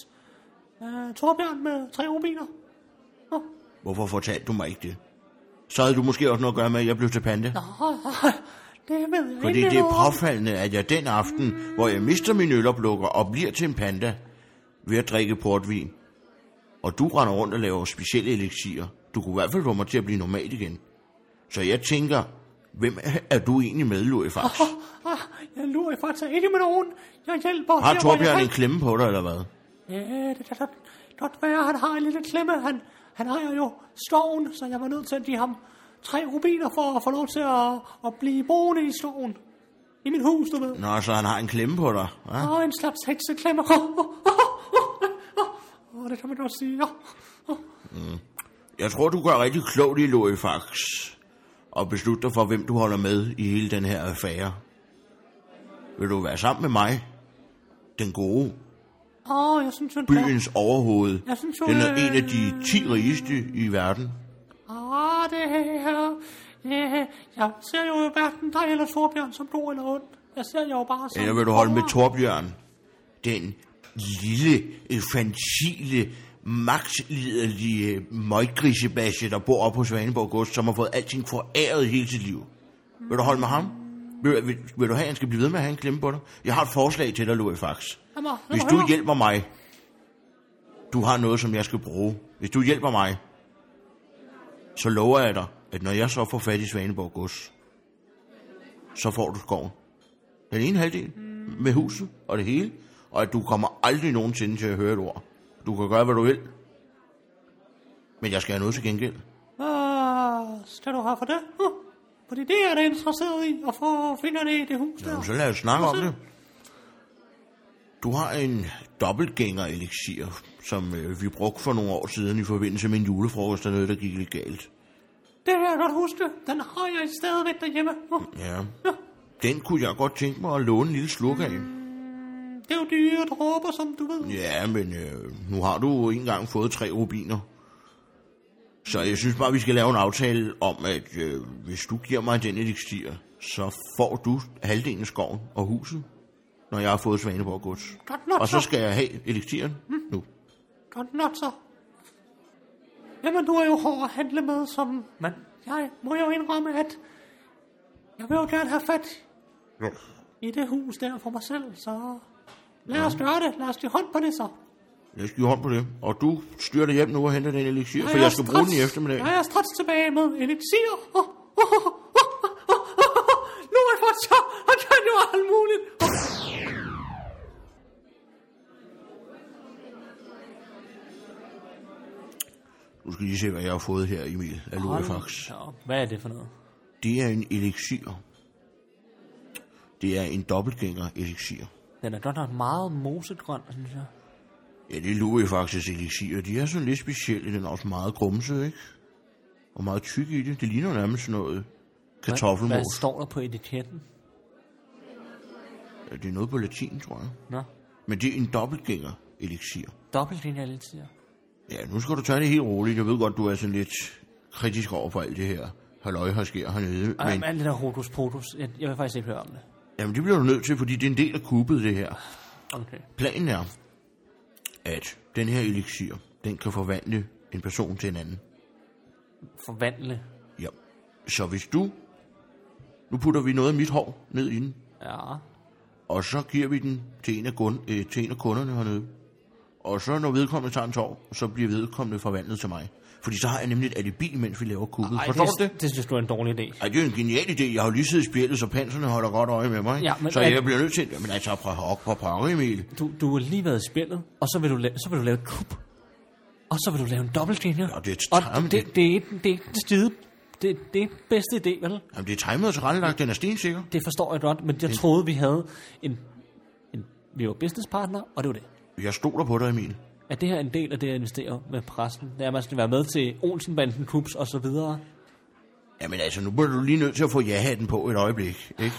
[SPEAKER 3] øh, Torbjørn med tre rubiner.
[SPEAKER 1] Hvorfor fortalte du mig ikke det? Så havde du måske også noget at gøre med, at jeg blev til panda.
[SPEAKER 3] Åh, det ved jeg
[SPEAKER 1] Fordi
[SPEAKER 3] ikke
[SPEAKER 1] det er
[SPEAKER 3] noget om.
[SPEAKER 1] påfaldende, at jeg den aften, hvor jeg mister min øloplukker og bliver til en panda, ved at drikke portvin, og du render rundt og laver specielle elixier, du kunne i hvert fald få mig til at blive normal igen. Så jeg tænker, hvem er- er du egentlig med, Louis Fax?
[SPEAKER 3] Ah, jeg lurer faktisk ikke med nogen. Jeg hjælper.
[SPEAKER 1] Har
[SPEAKER 3] her, hvor jeg
[SPEAKER 1] Torbjørn
[SPEAKER 3] kan.
[SPEAKER 1] en klemme på dig, eller hvad?
[SPEAKER 3] Ja, det kan godt- godt være, han har en lille klemme. Han, han ejer jo skoven, så jeg var nødt til at give ham tre rubiner for at få lov til at, at blive boende i skoven. I mit hus, du ved.
[SPEAKER 1] Nå, så han har en klemme på dig. Ah. hva?
[SPEAKER 3] Og en slags hekseklemme. Åh, det kan man godt sige. Åh, åh.
[SPEAKER 1] Jeg tror, du gør rigtig klogt i Loifax. Og beslutte dig for, hvem du holder med i hele den her affære. Vil du være sammen med mig? Den gode.
[SPEAKER 3] Åh, jeg synes, han
[SPEAKER 1] Byens overhoved.
[SPEAKER 3] Jeg synes jo,
[SPEAKER 1] Den er
[SPEAKER 3] øh,
[SPEAKER 1] en af de 10 rigeste i verden.
[SPEAKER 3] Åh, det her... Ja, jeg ser jo hverken dig eller Torbjørn som god eller ond. Jeg ser jo bare som...
[SPEAKER 1] Eller vil du holde med Torbjørn? Den lille, infantile, magtliderlige møggrisebasse, der bor oppe på Svaneborg Gods, som har fået alting foræret hele sit liv. Vil du holde med ham? Vil, vil, vil du have, at han skal blive ved med at have en klemme på dig? Jeg har et forslag til dig, Louis Fax.
[SPEAKER 3] Jamen, lad mig
[SPEAKER 1] Hvis du
[SPEAKER 3] høre.
[SPEAKER 1] hjælper mig, du har noget, som jeg skal bruge. Hvis du hjælper mig, så lover jeg dig, at når jeg så får fat i Svaneborg Gods, så får du skoven. Den ene halvdel med huset og det hele, og at du kommer aldrig nogensinde til at høre et ord. Du kan gøre, hvad du vil, men jeg skal have noget til gengæld.
[SPEAKER 3] Hvad Ah, skal du have for det? Huh? Fordi det er jeg da interesseret i, at få fingrene i det hus der.
[SPEAKER 1] Jamen, så lad os snakke om det. Du har en dobbeltgænger-elixir, som øh, vi brugte for nogle år siden i forbindelse med en julefrokost, der noget, der gik lidt galt.
[SPEAKER 3] Det kan jeg godt huske. Den har jeg stadigvæk derhjemme. Uh, Huh?
[SPEAKER 1] Ja. Den kunne jeg godt tænke mig at låne en lille sluk af.
[SPEAKER 3] Det er jo dyre dråber, som du ved.
[SPEAKER 1] Ja, men øh, nu har du ikke engang fået tre rubiner. Så jeg synes bare, vi skal lave en aftale om, at øh, hvis du giver mig den elixir, så får du halvdelen af skoven og huset, når jeg har fået Svaneborg Gods.
[SPEAKER 3] Godt nok
[SPEAKER 1] Og så
[SPEAKER 3] så.
[SPEAKER 1] skal jeg have elixiren nu.
[SPEAKER 3] Godt nok så. Jamen, du er jo hård at handle med, som
[SPEAKER 2] Men
[SPEAKER 3] jeg må jo indrømme, at jeg vil jo gerne have fat i det hus der for mig selv, så lad os gøre det. Lad os give hånd på det så.
[SPEAKER 1] Jeg skal give hånd på det. Og du styrer det hjem nu og henter den elixir, for
[SPEAKER 3] Jeg er
[SPEAKER 1] jeg skal bruge den i
[SPEAKER 3] straks-
[SPEAKER 1] eftermiddag.
[SPEAKER 3] Jeg er straks tilbage med en elixir. Oh, oh, oh, oh, oh, oh, oh. Nu er jeg for så, han kan jo alt muligt. Oh.
[SPEAKER 1] Du skal lige se, hvad jeg har fået her, Emil, af
[SPEAKER 2] hold
[SPEAKER 1] Lurefax.
[SPEAKER 2] da op. Hvad er det for noget?
[SPEAKER 1] Det er en elixir. Det er en dobbeltgænger elixir.
[SPEAKER 2] Den er godt nok meget mosegrøn, synes jeg.
[SPEAKER 1] Ja, det lurer faktisk elixir. De er sådan lidt specielle. Den er også meget grumset, ikke? Og meget tyk i det. Det ligner nærmest sådan noget
[SPEAKER 2] Hvad, hvad
[SPEAKER 1] kartoffelmos.
[SPEAKER 2] står der på etiketten?
[SPEAKER 1] Ja, det er noget på latin, tror jeg.
[SPEAKER 2] Nå,
[SPEAKER 1] Men det er en dobbeltgænger elixir.
[SPEAKER 2] dobbelt linealitier.
[SPEAKER 1] Ja, nu skal du tage det helt roligt. Jeg ved godt, du er sådan lidt kritisk over for alt det her. Halløj, her sker hernede.
[SPEAKER 2] Ej, men
[SPEAKER 1] Men,
[SPEAKER 2] alt det der hokus pokus, jeg, jeg vil faktisk ikke høre om det.
[SPEAKER 1] jamen, det bliver du nødt til, fordi det er en del af kuppet, det her.
[SPEAKER 2] Okay.
[SPEAKER 1] Planen er, at den her elixir, den kan forvandle en person til en anden.
[SPEAKER 2] Forvandle.
[SPEAKER 1] Ja. Så hvis du... Nu putter vi noget af mit hår ned i den,
[SPEAKER 2] Ja.
[SPEAKER 1] og så giver vi den til en af, kun, øh, til en af kunderne hernede. Og så når vedkommende tager en tår, så bliver vedkommende forvandlet til mig. Fordi så har jeg nemlig et alibi, mens vi laver kuppet. Forstår du det?
[SPEAKER 2] det? Det synes du er en dårlig idé.
[SPEAKER 1] Ej, det er jo en genial idé. Jeg har jo lige siddet i spjældet, så panserne holder godt øje med mig. ikke?
[SPEAKER 2] Ja, men
[SPEAKER 1] så
[SPEAKER 2] er-
[SPEAKER 1] jeg bliver nødt til... Men altså, prøv op på parre, Emil.
[SPEAKER 2] Du, du har lige været i spillet, og så vil du, la- så vil du lave et kub. Og så vil du lave en dobbeltlinje.
[SPEAKER 1] Ja, det er
[SPEAKER 2] og
[SPEAKER 1] tarm,
[SPEAKER 2] det, det, er ikke, det er ikke den stide. Det, det er ikke bedste idé, vel?
[SPEAKER 1] Jamen, det er timet og tilrettelagt. Den er stensikker.
[SPEAKER 2] Det forstår jeg godt, men jeg troede, vi havde en... en vi var businesspartner, og det var det.
[SPEAKER 1] Jeg stoler på dig, Emil.
[SPEAKER 2] Er det her en del af det, jeg investerer med pressen? Det er, at man skal være med til Olsenbanden, Kups og så videre.
[SPEAKER 1] Jamen altså, nu bliver du lige nødt til at få ja-hatten på et øjeblik, ikke?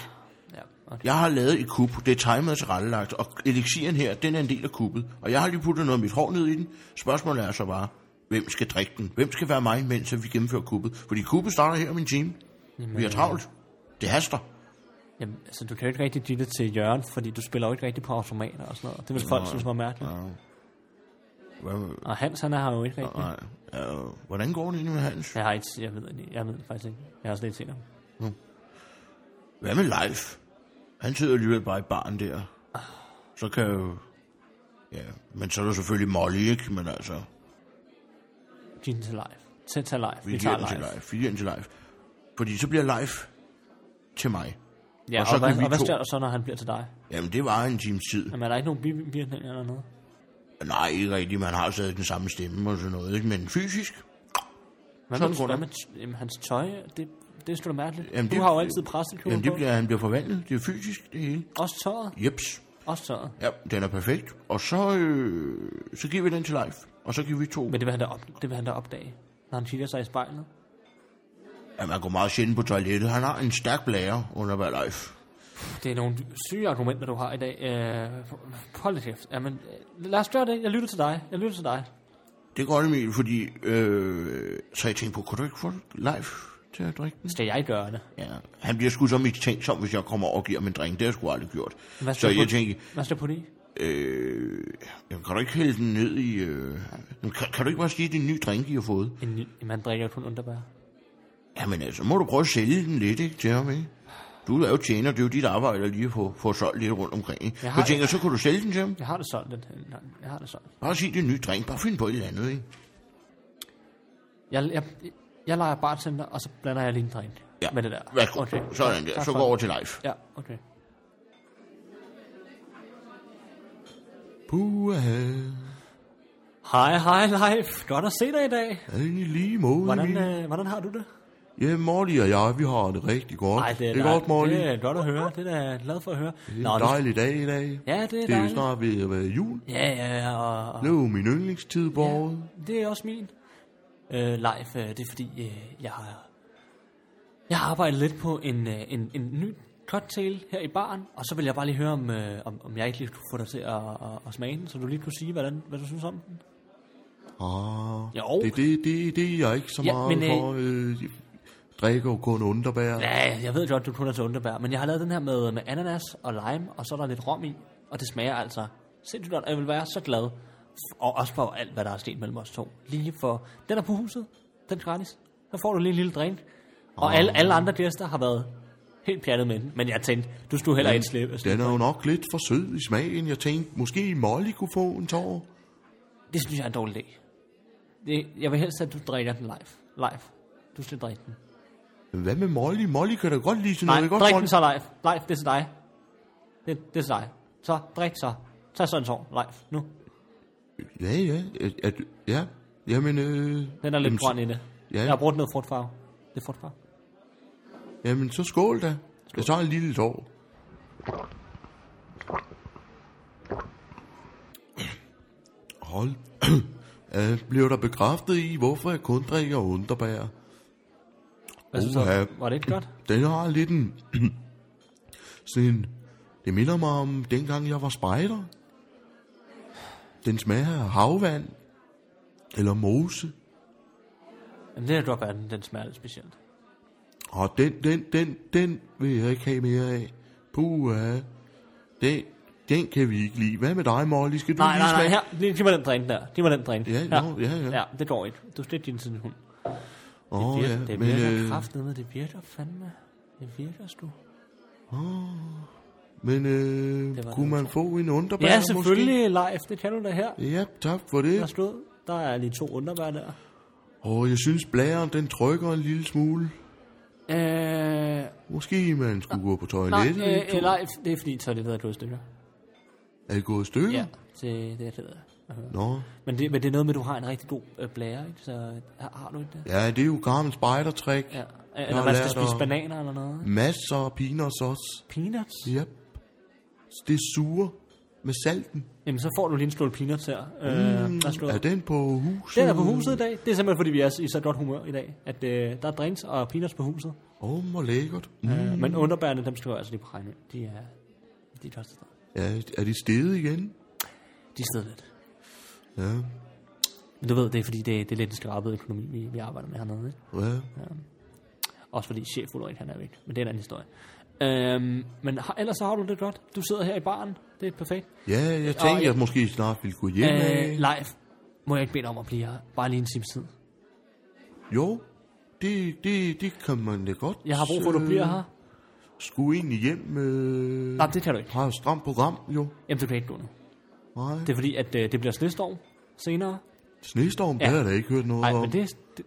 [SPEAKER 2] Ja, okay.
[SPEAKER 1] Jeg har lavet et kub, det er timet og tilrettelagt, og elixiren her, den er en del af kubbet. Og jeg har lige puttet noget af mit hår ned i den. Spørgsmålet er så bare, hvem skal drikke den? Hvem skal være mig, mens vi gennemfører kubbet? Fordi kubbet starter her om en time. Vi har travlt. Det haster.
[SPEAKER 2] Jamen, altså, du kan jo ikke rigtig give det til Jørgen, fordi du spiller jo ikke rigtig på automater og sådan noget. Det vil folk synes var mærkeligt.
[SPEAKER 1] Hvad,
[SPEAKER 2] Og Hans, han er her jo ikke rigtig.
[SPEAKER 1] nej. Øh, hvordan går det egentlig med Hans?
[SPEAKER 2] Jeg har ikke, jeg ved, ikke- jeg ved det faktisk ikke. Jeg har slet ikke set ham.
[SPEAKER 1] Hvad med Leif? Han sidder alligevel bare i baren der. Så kan jo... Ja, men så er der selvfølgelig Molly, ikke? Men altså,
[SPEAKER 2] Giv den til live. Tag, tag live.
[SPEAKER 1] vi,
[SPEAKER 2] Vi,
[SPEAKER 1] vi giver
[SPEAKER 2] tager
[SPEAKER 1] den til
[SPEAKER 2] live.
[SPEAKER 1] Leif. Vi giver den til Leif. Fordi så bliver Leif til mig.
[SPEAKER 2] Ja,
[SPEAKER 1] Og
[SPEAKER 2] og,
[SPEAKER 1] så
[SPEAKER 2] og,
[SPEAKER 1] kan
[SPEAKER 2] hvad,
[SPEAKER 1] vi
[SPEAKER 2] og hvad
[SPEAKER 1] to-
[SPEAKER 2] sker der så, når han bliver til dig?
[SPEAKER 1] Jamen, det var en times tid.
[SPEAKER 2] Jamen, er der ikke nogen bivirkninger eller noget?
[SPEAKER 1] Nej, ikke rigtigt. Man har jo stadig den samme stemme og sådan noget, ikke? Men fysisk?
[SPEAKER 2] Hvad
[SPEAKER 1] Sådan
[SPEAKER 2] med,
[SPEAKER 1] går
[SPEAKER 2] hvad
[SPEAKER 1] det.
[SPEAKER 2] med t- jamen, hans tøj? Det, det er sgu da mærkeligt.
[SPEAKER 1] Jamen,
[SPEAKER 2] Jamen, du
[SPEAKER 1] det-
[SPEAKER 2] har jo altid præstekjolen
[SPEAKER 1] Jamen, det
[SPEAKER 2] på.
[SPEAKER 1] bliver, han bliver forvandlet. Det er fysisk, det hele.
[SPEAKER 2] Også tøjet.
[SPEAKER 1] Jeps.
[SPEAKER 2] Også tøjet.
[SPEAKER 1] Ja, den er perfekt. Og så, øh, så giver vi den til Leif. Og så giver vi to.
[SPEAKER 2] Men det vil han da, op, det vil han da opdage, når han kigger sig i spejlet.
[SPEAKER 1] Ja, man går meget sjældent på toilettet. Han har en stærk blære under hver life.
[SPEAKER 2] Det er nogle syge argumenter, du har i dag. Øh, hold da kæft. Jamen, øh, lad os gøre det. Jeg lytter til dig. Jeg lytter til dig.
[SPEAKER 1] Det går Emil, fordi... Øh, så jeg tænkte på, kunne du ikke få life til at drikke den?
[SPEAKER 2] Skal jeg gøre det?
[SPEAKER 1] Ja, han bliver sgu så mistænksom, hvis jeg kommer over og giver ham en drink. Det har jeg sgu aldrig gjort.
[SPEAKER 2] Hvad
[SPEAKER 1] så
[SPEAKER 2] skal
[SPEAKER 1] jeg
[SPEAKER 2] du-
[SPEAKER 1] tænkte,
[SPEAKER 2] Hvad skal jeg putte i?
[SPEAKER 1] øh, jamen, kan du ikke hælde den ned i... Øh, jamen, kan, kan, du ikke bare sige, at det er en ny drink, I har fået?
[SPEAKER 2] En, ny- man drikker jo kun underbær.
[SPEAKER 1] Jamen altså, må du prøve at sælge den lidt, ikke, til ham, ikke? Du er jo tjener, det er jo dit arbejde at lige få, få solgt lidt rundt omkring. Ikke?
[SPEAKER 2] Jeg
[SPEAKER 1] Jeg,
[SPEAKER 2] har-
[SPEAKER 1] jeg tænker, så kunne du sælge den til ham.
[SPEAKER 2] Jeg har det solgt lidt. Nej, Jeg har det solgt.
[SPEAKER 1] Bare sig, det er en ny drink. Bare find på et eller andet, ikke?
[SPEAKER 2] Jeg, jeg, jeg leger bartender, og så blander jeg lige en drink
[SPEAKER 1] Ja.
[SPEAKER 2] med det der.
[SPEAKER 1] Værsgo. Okay. Sådan der.
[SPEAKER 2] Tak
[SPEAKER 1] Så
[SPEAKER 2] for
[SPEAKER 1] går
[SPEAKER 2] det.
[SPEAKER 1] over til live.
[SPEAKER 2] Ja, okay.
[SPEAKER 1] Puha,
[SPEAKER 2] Hej, hej, Leif. Godt at se dig i dag.
[SPEAKER 1] han i lige måde.
[SPEAKER 2] Hvordan,
[SPEAKER 1] min.
[SPEAKER 2] øh, hvordan har du det?
[SPEAKER 1] Ja, Molly og jeg, vi har det rigtig godt.
[SPEAKER 2] Ej, det er,
[SPEAKER 1] det er godt, Molly.
[SPEAKER 2] Det er godt at høre. Det er da glad for at høre.
[SPEAKER 1] Det er en
[SPEAKER 2] du-
[SPEAKER 1] dejlig dag i dag.
[SPEAKER 2] Ja, det er
[SPEAKER 1] Det er jo
[SPEAKER 2] dejligt.
[SPEAKER 1] snart ved at være jul.
[SPEAKER 2] Ja, ja, ja. Og, og,
[SPEAKER 1] Det er jo min yndlingstid på året.
[SPEAKER 2] det er også min. Øh, Leif, øh, det er fordi, øh, jeg har... Jeg har arbejdet lidt på en, øh, en, en ny cocktail her i baren, og så vil jeg bare lige høre, om, øh, om, om jeg ikke lige kunne få dig til at, at, at smage den, så du lige kunne sige, hvordan, hvad du synes om den.
[SPEAKER 1] Ah,
[SPEAKER 2] Jo.
[SPEAKER 1] det, det, det, det er jeg ikke så
[SPEAKER 2] Ja,
[SPEAKER 1] meget
[SPEAKER 2] men, øh,
[SPEAKER 1] for. Øh, jeg drikker jo kun underbær.
[SPEAKER 2] Ja, jeg ved godt, du kun er til underbær, men jeg har lavet den her med, med ananas og lime, og så er der lidt rom i, og det smager altså sindssygt godt, og jeg vil være så glad. Og også for alt, hvad der er sket mellem os to. Lige for, den er på huset, den er gratis. Så får du lige en lille drink. Og alle, alle andre gæster har været helt pjattet med den, men jeg tænkte, du skulle heller ikke slippe.
[SPEAKER 1] Den er jo nok lidt for sød i smagen. Jeg tænkte, måske Molly kunne få en tår.
[SPEAKER 2] Det synes jeg er en dårlig idé. Det, jeg vil helst, at du drikker den live. Live. Du skal drikke den.
[SPEAKER 1] Hvad med Molly? Molly kan da godt lide sådan
[SPEAKER 2] Nej,
[SPEAKER 1] noget. ikke
[SPEAKER 2] drik
[SPEAKER 1] også,
[SPEAKER 2] den så live. Live, det er til dig. Det, det er til dig. Så, drik så. Tag sådan en tår. Live, nu.
[SPEAKER 1] Molly? Ja, ja. Er, er, du- ja. Jamen, øh,
[SPEAKER 2] Den er lidt
[SPEAKER 1] jamen,
[SPEAKER 2] grøn i det.
[SPEAKER 1] ja.
[SPEAKER 2] Ja. Jeg har brugt noget frugtfarve. Det er frugtfarve.
[SPEAKER 1] Jamen, så skål da. Jeg tager en lille tår. Hold. Øh, Bliver der bekræftet i, hvorfor jeg kun drikker underbær?
[SPEAKER 2] Hvad synes
[SPEAKER 1] Uha.
[SPEAKER 2] du? Var det ikke godt?
[SPEAKER 1] Den har lidt en... sådan en... Det minder mig om dengang jeg var spejder. Den smager af havvand. Eller mose.
[SPEAKER 2] Jamen, det her drop den, den smager lidt specielt.
[SPEAKER 1] Og den, den, den, den vil jeg ikke have mere af. Puha. Den, den kan vi ikke lide. Hvad med dig, Molly? Skal du
[SPEAKER 2] Nej,
[SPEAKER 1] lige
[SPEAKER 2] nej, nej,
[SPEAKER 1] smage-
[SPEAKER 2] her. Lige, giv mig den drink der. Giv mig den drink.
[SPEAKER 1] Ja, nå, ja, ja.
[SPEAKER 2] Ja, det går ikke. Du slet din siden hund.
[SPEAKER 1] Åh,
[SPEAKER 2] Vir-
[SPEAKER 1] ja,
[SPEAKER 2] det
[SPEAKER 1] men,
[SPEAKER 2] virker
[SPEAKER 1] øh,
[SPEAKER 2] kraftedeme, det virker fandme. Det virker sgu.
[SPEAKER 1] men øh,
[SPEAKER 2] var
[SPEAKER 1] kunne man få en underbær
[SPEAKER 2] Ja, selvfølgelig, Leif. Det kan du da her.
[SPEAKER 1] Måske? Ja, tak for det.
[SPEAKER 2] Der stod, der er lige to underbær der.
[SPEAKER 1] Og jeg synes, blæren den trykker en lille smule.
[SPEAKER 2] Øh,
[SPEAKER 1] Måske man skulle gå på
[SPEAKER 2] nej,
[SPEAKER 1] toilettet. en tur.
[SPEAKER 2] øh, Leif, det er fordi toilettet er gået i stykker.
[SPEAKER 1] Er det gået i stykker?
[SPEAKER 2] Ja, det, det er det der.
[SPEAKER 1] Nå.
[SPEAKER 2] Men det, men det er noget med, at du har en rigtig god øh, blære, ikke? Så øh, har, har du ikke det?
[SPEAKER 1] Ja, det er jo gammel spejdertræk.
[SPEAKER 2] Ja.
[SPEAKER 1] Jeg
[SPEAKER 2] Eller
[SPEAKER 1] har
[SPEAKER 2] man skal
[SPEAKER 1] lært
[SPEAKER 2] spise
[SPEAKER 1] at-
[SPEAKER 2] bananer eller noget. ikke?
[SPEAKER 1] Masser af peanuts også.
[SPEAKER 2] Peanuts?
[SPEAKER 1] Yep. Det er sure med salten.
[SPEAKER 2] Jamen, så får du lige en slået peanuts her. Øh, mm,
[SPEAKER 1] Er den på huset?
[SPEAKER 2] Den er på huset i dag. Det er simpelthen, fordi vi er i så godt humør i dag, at øh, der er drinks og peanuts på huset.
[SPEAKER 1] Åh, oh, hvor lækkert. Mm.
[SPEAKER 2] Mm. Øh, men underbærene, dem skal du altså lige på regning. De er, de er kostet dig.
[SPEAKER 1] Ja, er de steget igen?
[SPEAKER 2] De steder lidt.
[SPEAKER 1] Ja.
[SPEAKER 2] Men du ved, det er fordi, det, det er lidt en skrabet økonomi, vi, vi arbejder med hernede. Ikke?
[SPEAKER 1] ja.
[SPEAKER 2] Også fordi chef Ulrik, han er væk. Men det er en anden historie. Øhm, men har, ellers så har du det godt. Du sidder her i baren. Det er perfekt.
[SPEAKER 1] Ja, jeg tænkte,
[SPEAKER 2] ja.
[SPEAKER 1] at jeg måske snart ville gå hjem.
[SPEAKER 2] Øh,
[SPEAKER 1] af.
[SPEAKER 2] live. Må jeg ikke bede dig om at blive her? Bare lige en times tid.
[SPEAKER 1] Jo, det, det, det kan man da godt.
[SPEAKER 2] Jeg har brug for, at du
[SPEAKER 1] øh,
[SPEAKER 2] bliver her.
[SPEAKER 1] Skulle egentlig hjem. Øh,
[SPEAKER 2] Nej, det kan du ikke.
[SPEAKER 1] har et stramt program, jo.
[SPEAKER 2] Jamen, du kan ikke gå nu.
[SPEAKER 1] Nej.
[SPEAKER 2] Det er fordi, at øh, det bliver snestorm senere.
[SPEAKER 1] Snestorm, ja.
[SPEAKER 2] Ja.
[SPEAKER 1] der har jeg da ikke hørt noget
[SPEAKER 2] Nej,
[SPEAKER 1] om.
[SPEAKER 2] men det, det...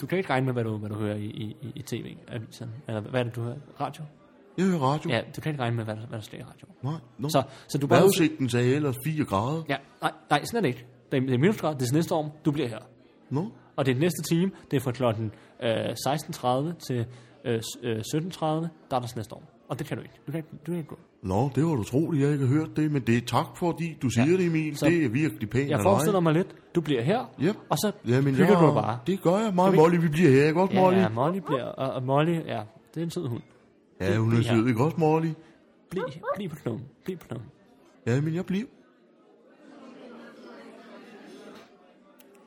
[SPEAKER 2] Du kan ikke regne med, hvad du, hvad du hører i, i, i- i tv-avisen. Eller hvad er det, du hører? Radio?
[SPEAKER 1] Jeg hører radio.
[SPEAKER 2] Ja, du kan ikke regne med, hvad der, hvad der sker i radio.
[SPEAKER 1] Nej, no.
[SPEAKER 2] Så, så du bare...
[SPEAKER 1] Vejrudsigten sagde ellers 4 grader.
[SPEAKER 2] Ja, nej, nej, slet ikke. Det er, det er minusgrad, det er snestorm, du bliver her.
[SPEAKER 1] Nå,
[SPEAKER 2] Og det er den næste time, det er fra klokken øh, 16.30 til øh, s- øh, 17.30, der er der snestorm. Og det kan du ikke. Du kan ikke, du kan ikke gå.
[SPEAKER 1] Nå det var du troligt, jeg ikke har hørt det, men det er tak fordi du siger ja. det, Emil.
[SPEAKER 2] Så-
[SPEAKER 1] det er virkelig pænt af
[SPEAKER 2] Jeg
[SPEAKER 1] dig.
[SPEAKER 2] forestiller mig lidt, du bliver her,
[SPEAKER 1] Yep.
[SPEAKER 2] og så
[SPEAKER 1] Jamen,
[SPEAKER 2] hygger
[SPEAKER 1] jeg,
[SPEAKER 2] du dig bare.
[SPEAKER 1] Det gør jeg. Mig og Molly, vi bliver her, ikke også, Molly?
[SPEAKER 2] Ja, Molly bliver, og, og Molly, ja, det er en sød hund.
[SPEAKER 1] Ja, hun er
[SPEAKER 2] det her.
[SPEAKER 1] sød, ikke også, Molly?
[SPEAKER 2] Bliv, bliv på knogen, bliv på knogen.
[SPEAKER 1] Ja, men jeg bliver.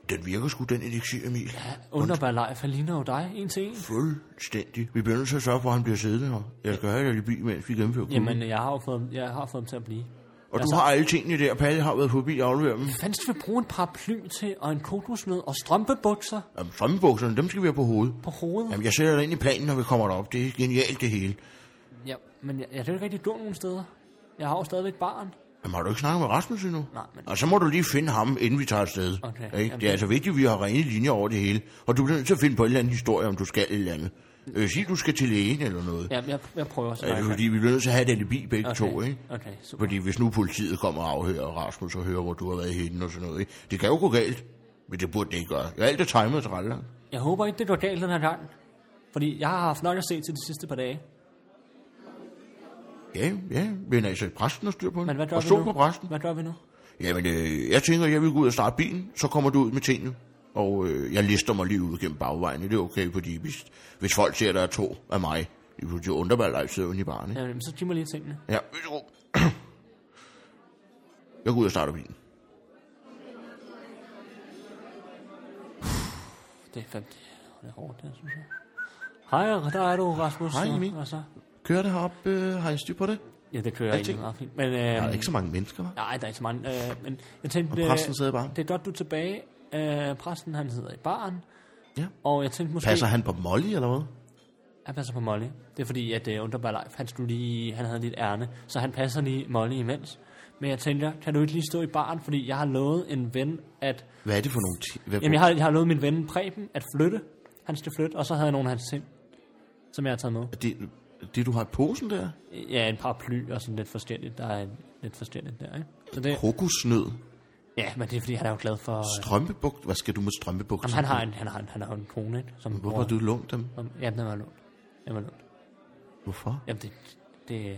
[SPEAKER 1] Den virker sgu, den elixir, Emil.
[SPEAKER 2] Underbar Leif, han ligner jo dig, en til en.
[SPEAKER 1] Fuldstændig. Vi bliver nødt til at sørge for, at han bliver siddende her. Jeg skal have jer i by, mens vi gennemfører klubben.
[SPEAKER 2] Jamen, jeg har jo fået, jeg har fået dem til at blive.
[SPEAKER 1] Og du
[SPEAKER 2] altså-
[SPEAKER 1] har alle tingene der. Palle har været forbi og afleveret dem.
[SPEAKER 2] Fandt skal vi bruge en paraply til, og en kokosnød, og strømpebukser
[SPEAKER 1] Jamen, strømmebukserne, dem skal vi have på hovedet.
[SPEAKER 2] på hovedet?
[SPEAKER 1] Jamen, jeg sætter det ind i planen, når vi kommer derop. Det er genialt, det hele.
[SPEAKER 2] Ja, men jeg, jeg kan jo ikke rigtig gå nogen steder. Jeg har jo stadigvæk barn.
[SPEAKER 1] Jamen, har du ikke snakket med Rasmus endnu?
[SPEAKER 2] Nej, men-
[SPEAKER 1] Og så må du lige finde ham, inden vi tager afsted.
[SPEAKER 2] Okay,
[SPEAKER 1] Ikke?
[SPEAKER 2] jamen,
[SPEAKER 1] det er altså vigtigt, at vi har rene linjer over det hele. Og du bliver nødt til at finde på en eller anden historie, om du skal et eller andet. Øh, sig, du skal til lægen eller noget.
[SPEAKER 2] Ja, jeg, jeg prøver så
[SPEAKER 1] Ja,
[SPEAKER 2] meget.
[SPEAKER 1] fordi vi bliver nødt til at have et alibi begge
[SPEAKER 2] Okay.
[SPEAKER 1] to, ikke?
[SPEAKER 2] Okay, super.
[SPEAKER 1] Fordi hvis nu politiet kommer og afhører Rasmus og hører, hvor du har været henne og sådan noget, ikke? Det kan jo gå galt, men det burde det ikke gøre. Ja, alt er timet og træller.
[SPEAKER 2] Jeg håber ikke, det går galt den her gang. Fordi jeg har haft nok at se til de sidste par dage.
[SPEAKER 1] Ja, ja, men altså, præsten har styr på
[SPEAKER 2] Men
[SPEAKER 1] den.
[SPEAKER 2] hvad gør
[SPEAKER 1] Og
[SPEAKER 2] vi
[SPEAKER 1] stå
[SPEAKER 2] nu?
[SPEAKER 1] på præsten.
[SPEAKER 2] Hvad gør vi nu?
[SPEAKER 1] Jamen, øh, jeg tænker, jeg vil gå ud og starte bilen, så kommer du ud med tingene. Og øh, jeg lister mig lige ud gennem bagvejen, det er okay, fordi hvis, hvis folk ser, at der er to af mig, de pludselig undrer mig, at jeg sidder inde i baren, ikke?
[SPEAKER 2] Jamen, så giv mig lige tingene.
[SPEAKER 1] Ja, Østerbro. Jeg går ud og starter bilen.
[SPEAKER 2] Det er fandme, det er hårdt, det her, synes jeg. Hej, der er du, Rasmus.
[SPEAKER 1] Hej,
[SPEAKER 2] Og-
[SPEAKER 1] Emil.
[SPEAKER 2] Og så?
[SPEAKER 1] Kører det herop, øh, har I styr på det?
[SPEAKER 2] Ja, det kører jeg egentlig
[SPEAKER 1] tænker-
[SPEAKER 2] meget fint. Men,
[SPEAKER 1] Der er
[SPEAKER 2] øh,
[SPEAKER 1] ikke så mange mennesker, hva'?
[SPEAKER 2] nej, der er ikke så mange. Øh, men jeg tænkte, øh,
[SPEAKER 1] Og præsten sidder bare.
[SPEAKER 2] det er godt, du er tilbage. Øh, præsten, han sidder i baren.
[SPEAKER 1] Ja.
[SPEAKER 2] Og jeg tænkte måske...
[SPEAKER 1] Passer han på Molly, eller hvad?
[SPEAKER 2] Han passer på Molly. Det er fordi, at uh, Underbar Leif, han, skulle lige, han havde lidt ærne, så han passer lige Molly imens. Men jeg tænker, kan du ikke lige stå i baren, fordi jeg har lovet en ven, at...
[SPEAKER 1] Hvad er det for nogle... T- hvad
[SPEAKER 2] Jamen, jeg har, jeg har lovet min ven Preben at flytte. Han skal flytte, og så havde jeg nogle af hans ting, som jeg har taget med.
[SPEAKER 1] Er det, det, du har i posen der?
[SPEAKER 2] Ja, en paraply og sådan lidt forskelligt. Der er en- lidt forskelligt der, ikke? Så det,
[SPEAKER 1] Krokusnød.
[SPEAKER 2] ja, men det er fordi, han er jo glad for... øh,
[SPEAKER 1] Strømpebugt. Hvad skal du med strømpebugt?
[SPEAKER 2] Jamen, han har en, han har en, han har en kone, ikke? Som
[SPEAKER 1] Hvorfor har du lånt dem?
[SPEAKER 2] Som, jamen, den var lånt. Den var lånt.
[SPEAKER 1] Hvorfor?
[SPEAKER 2] Jamen, det, det,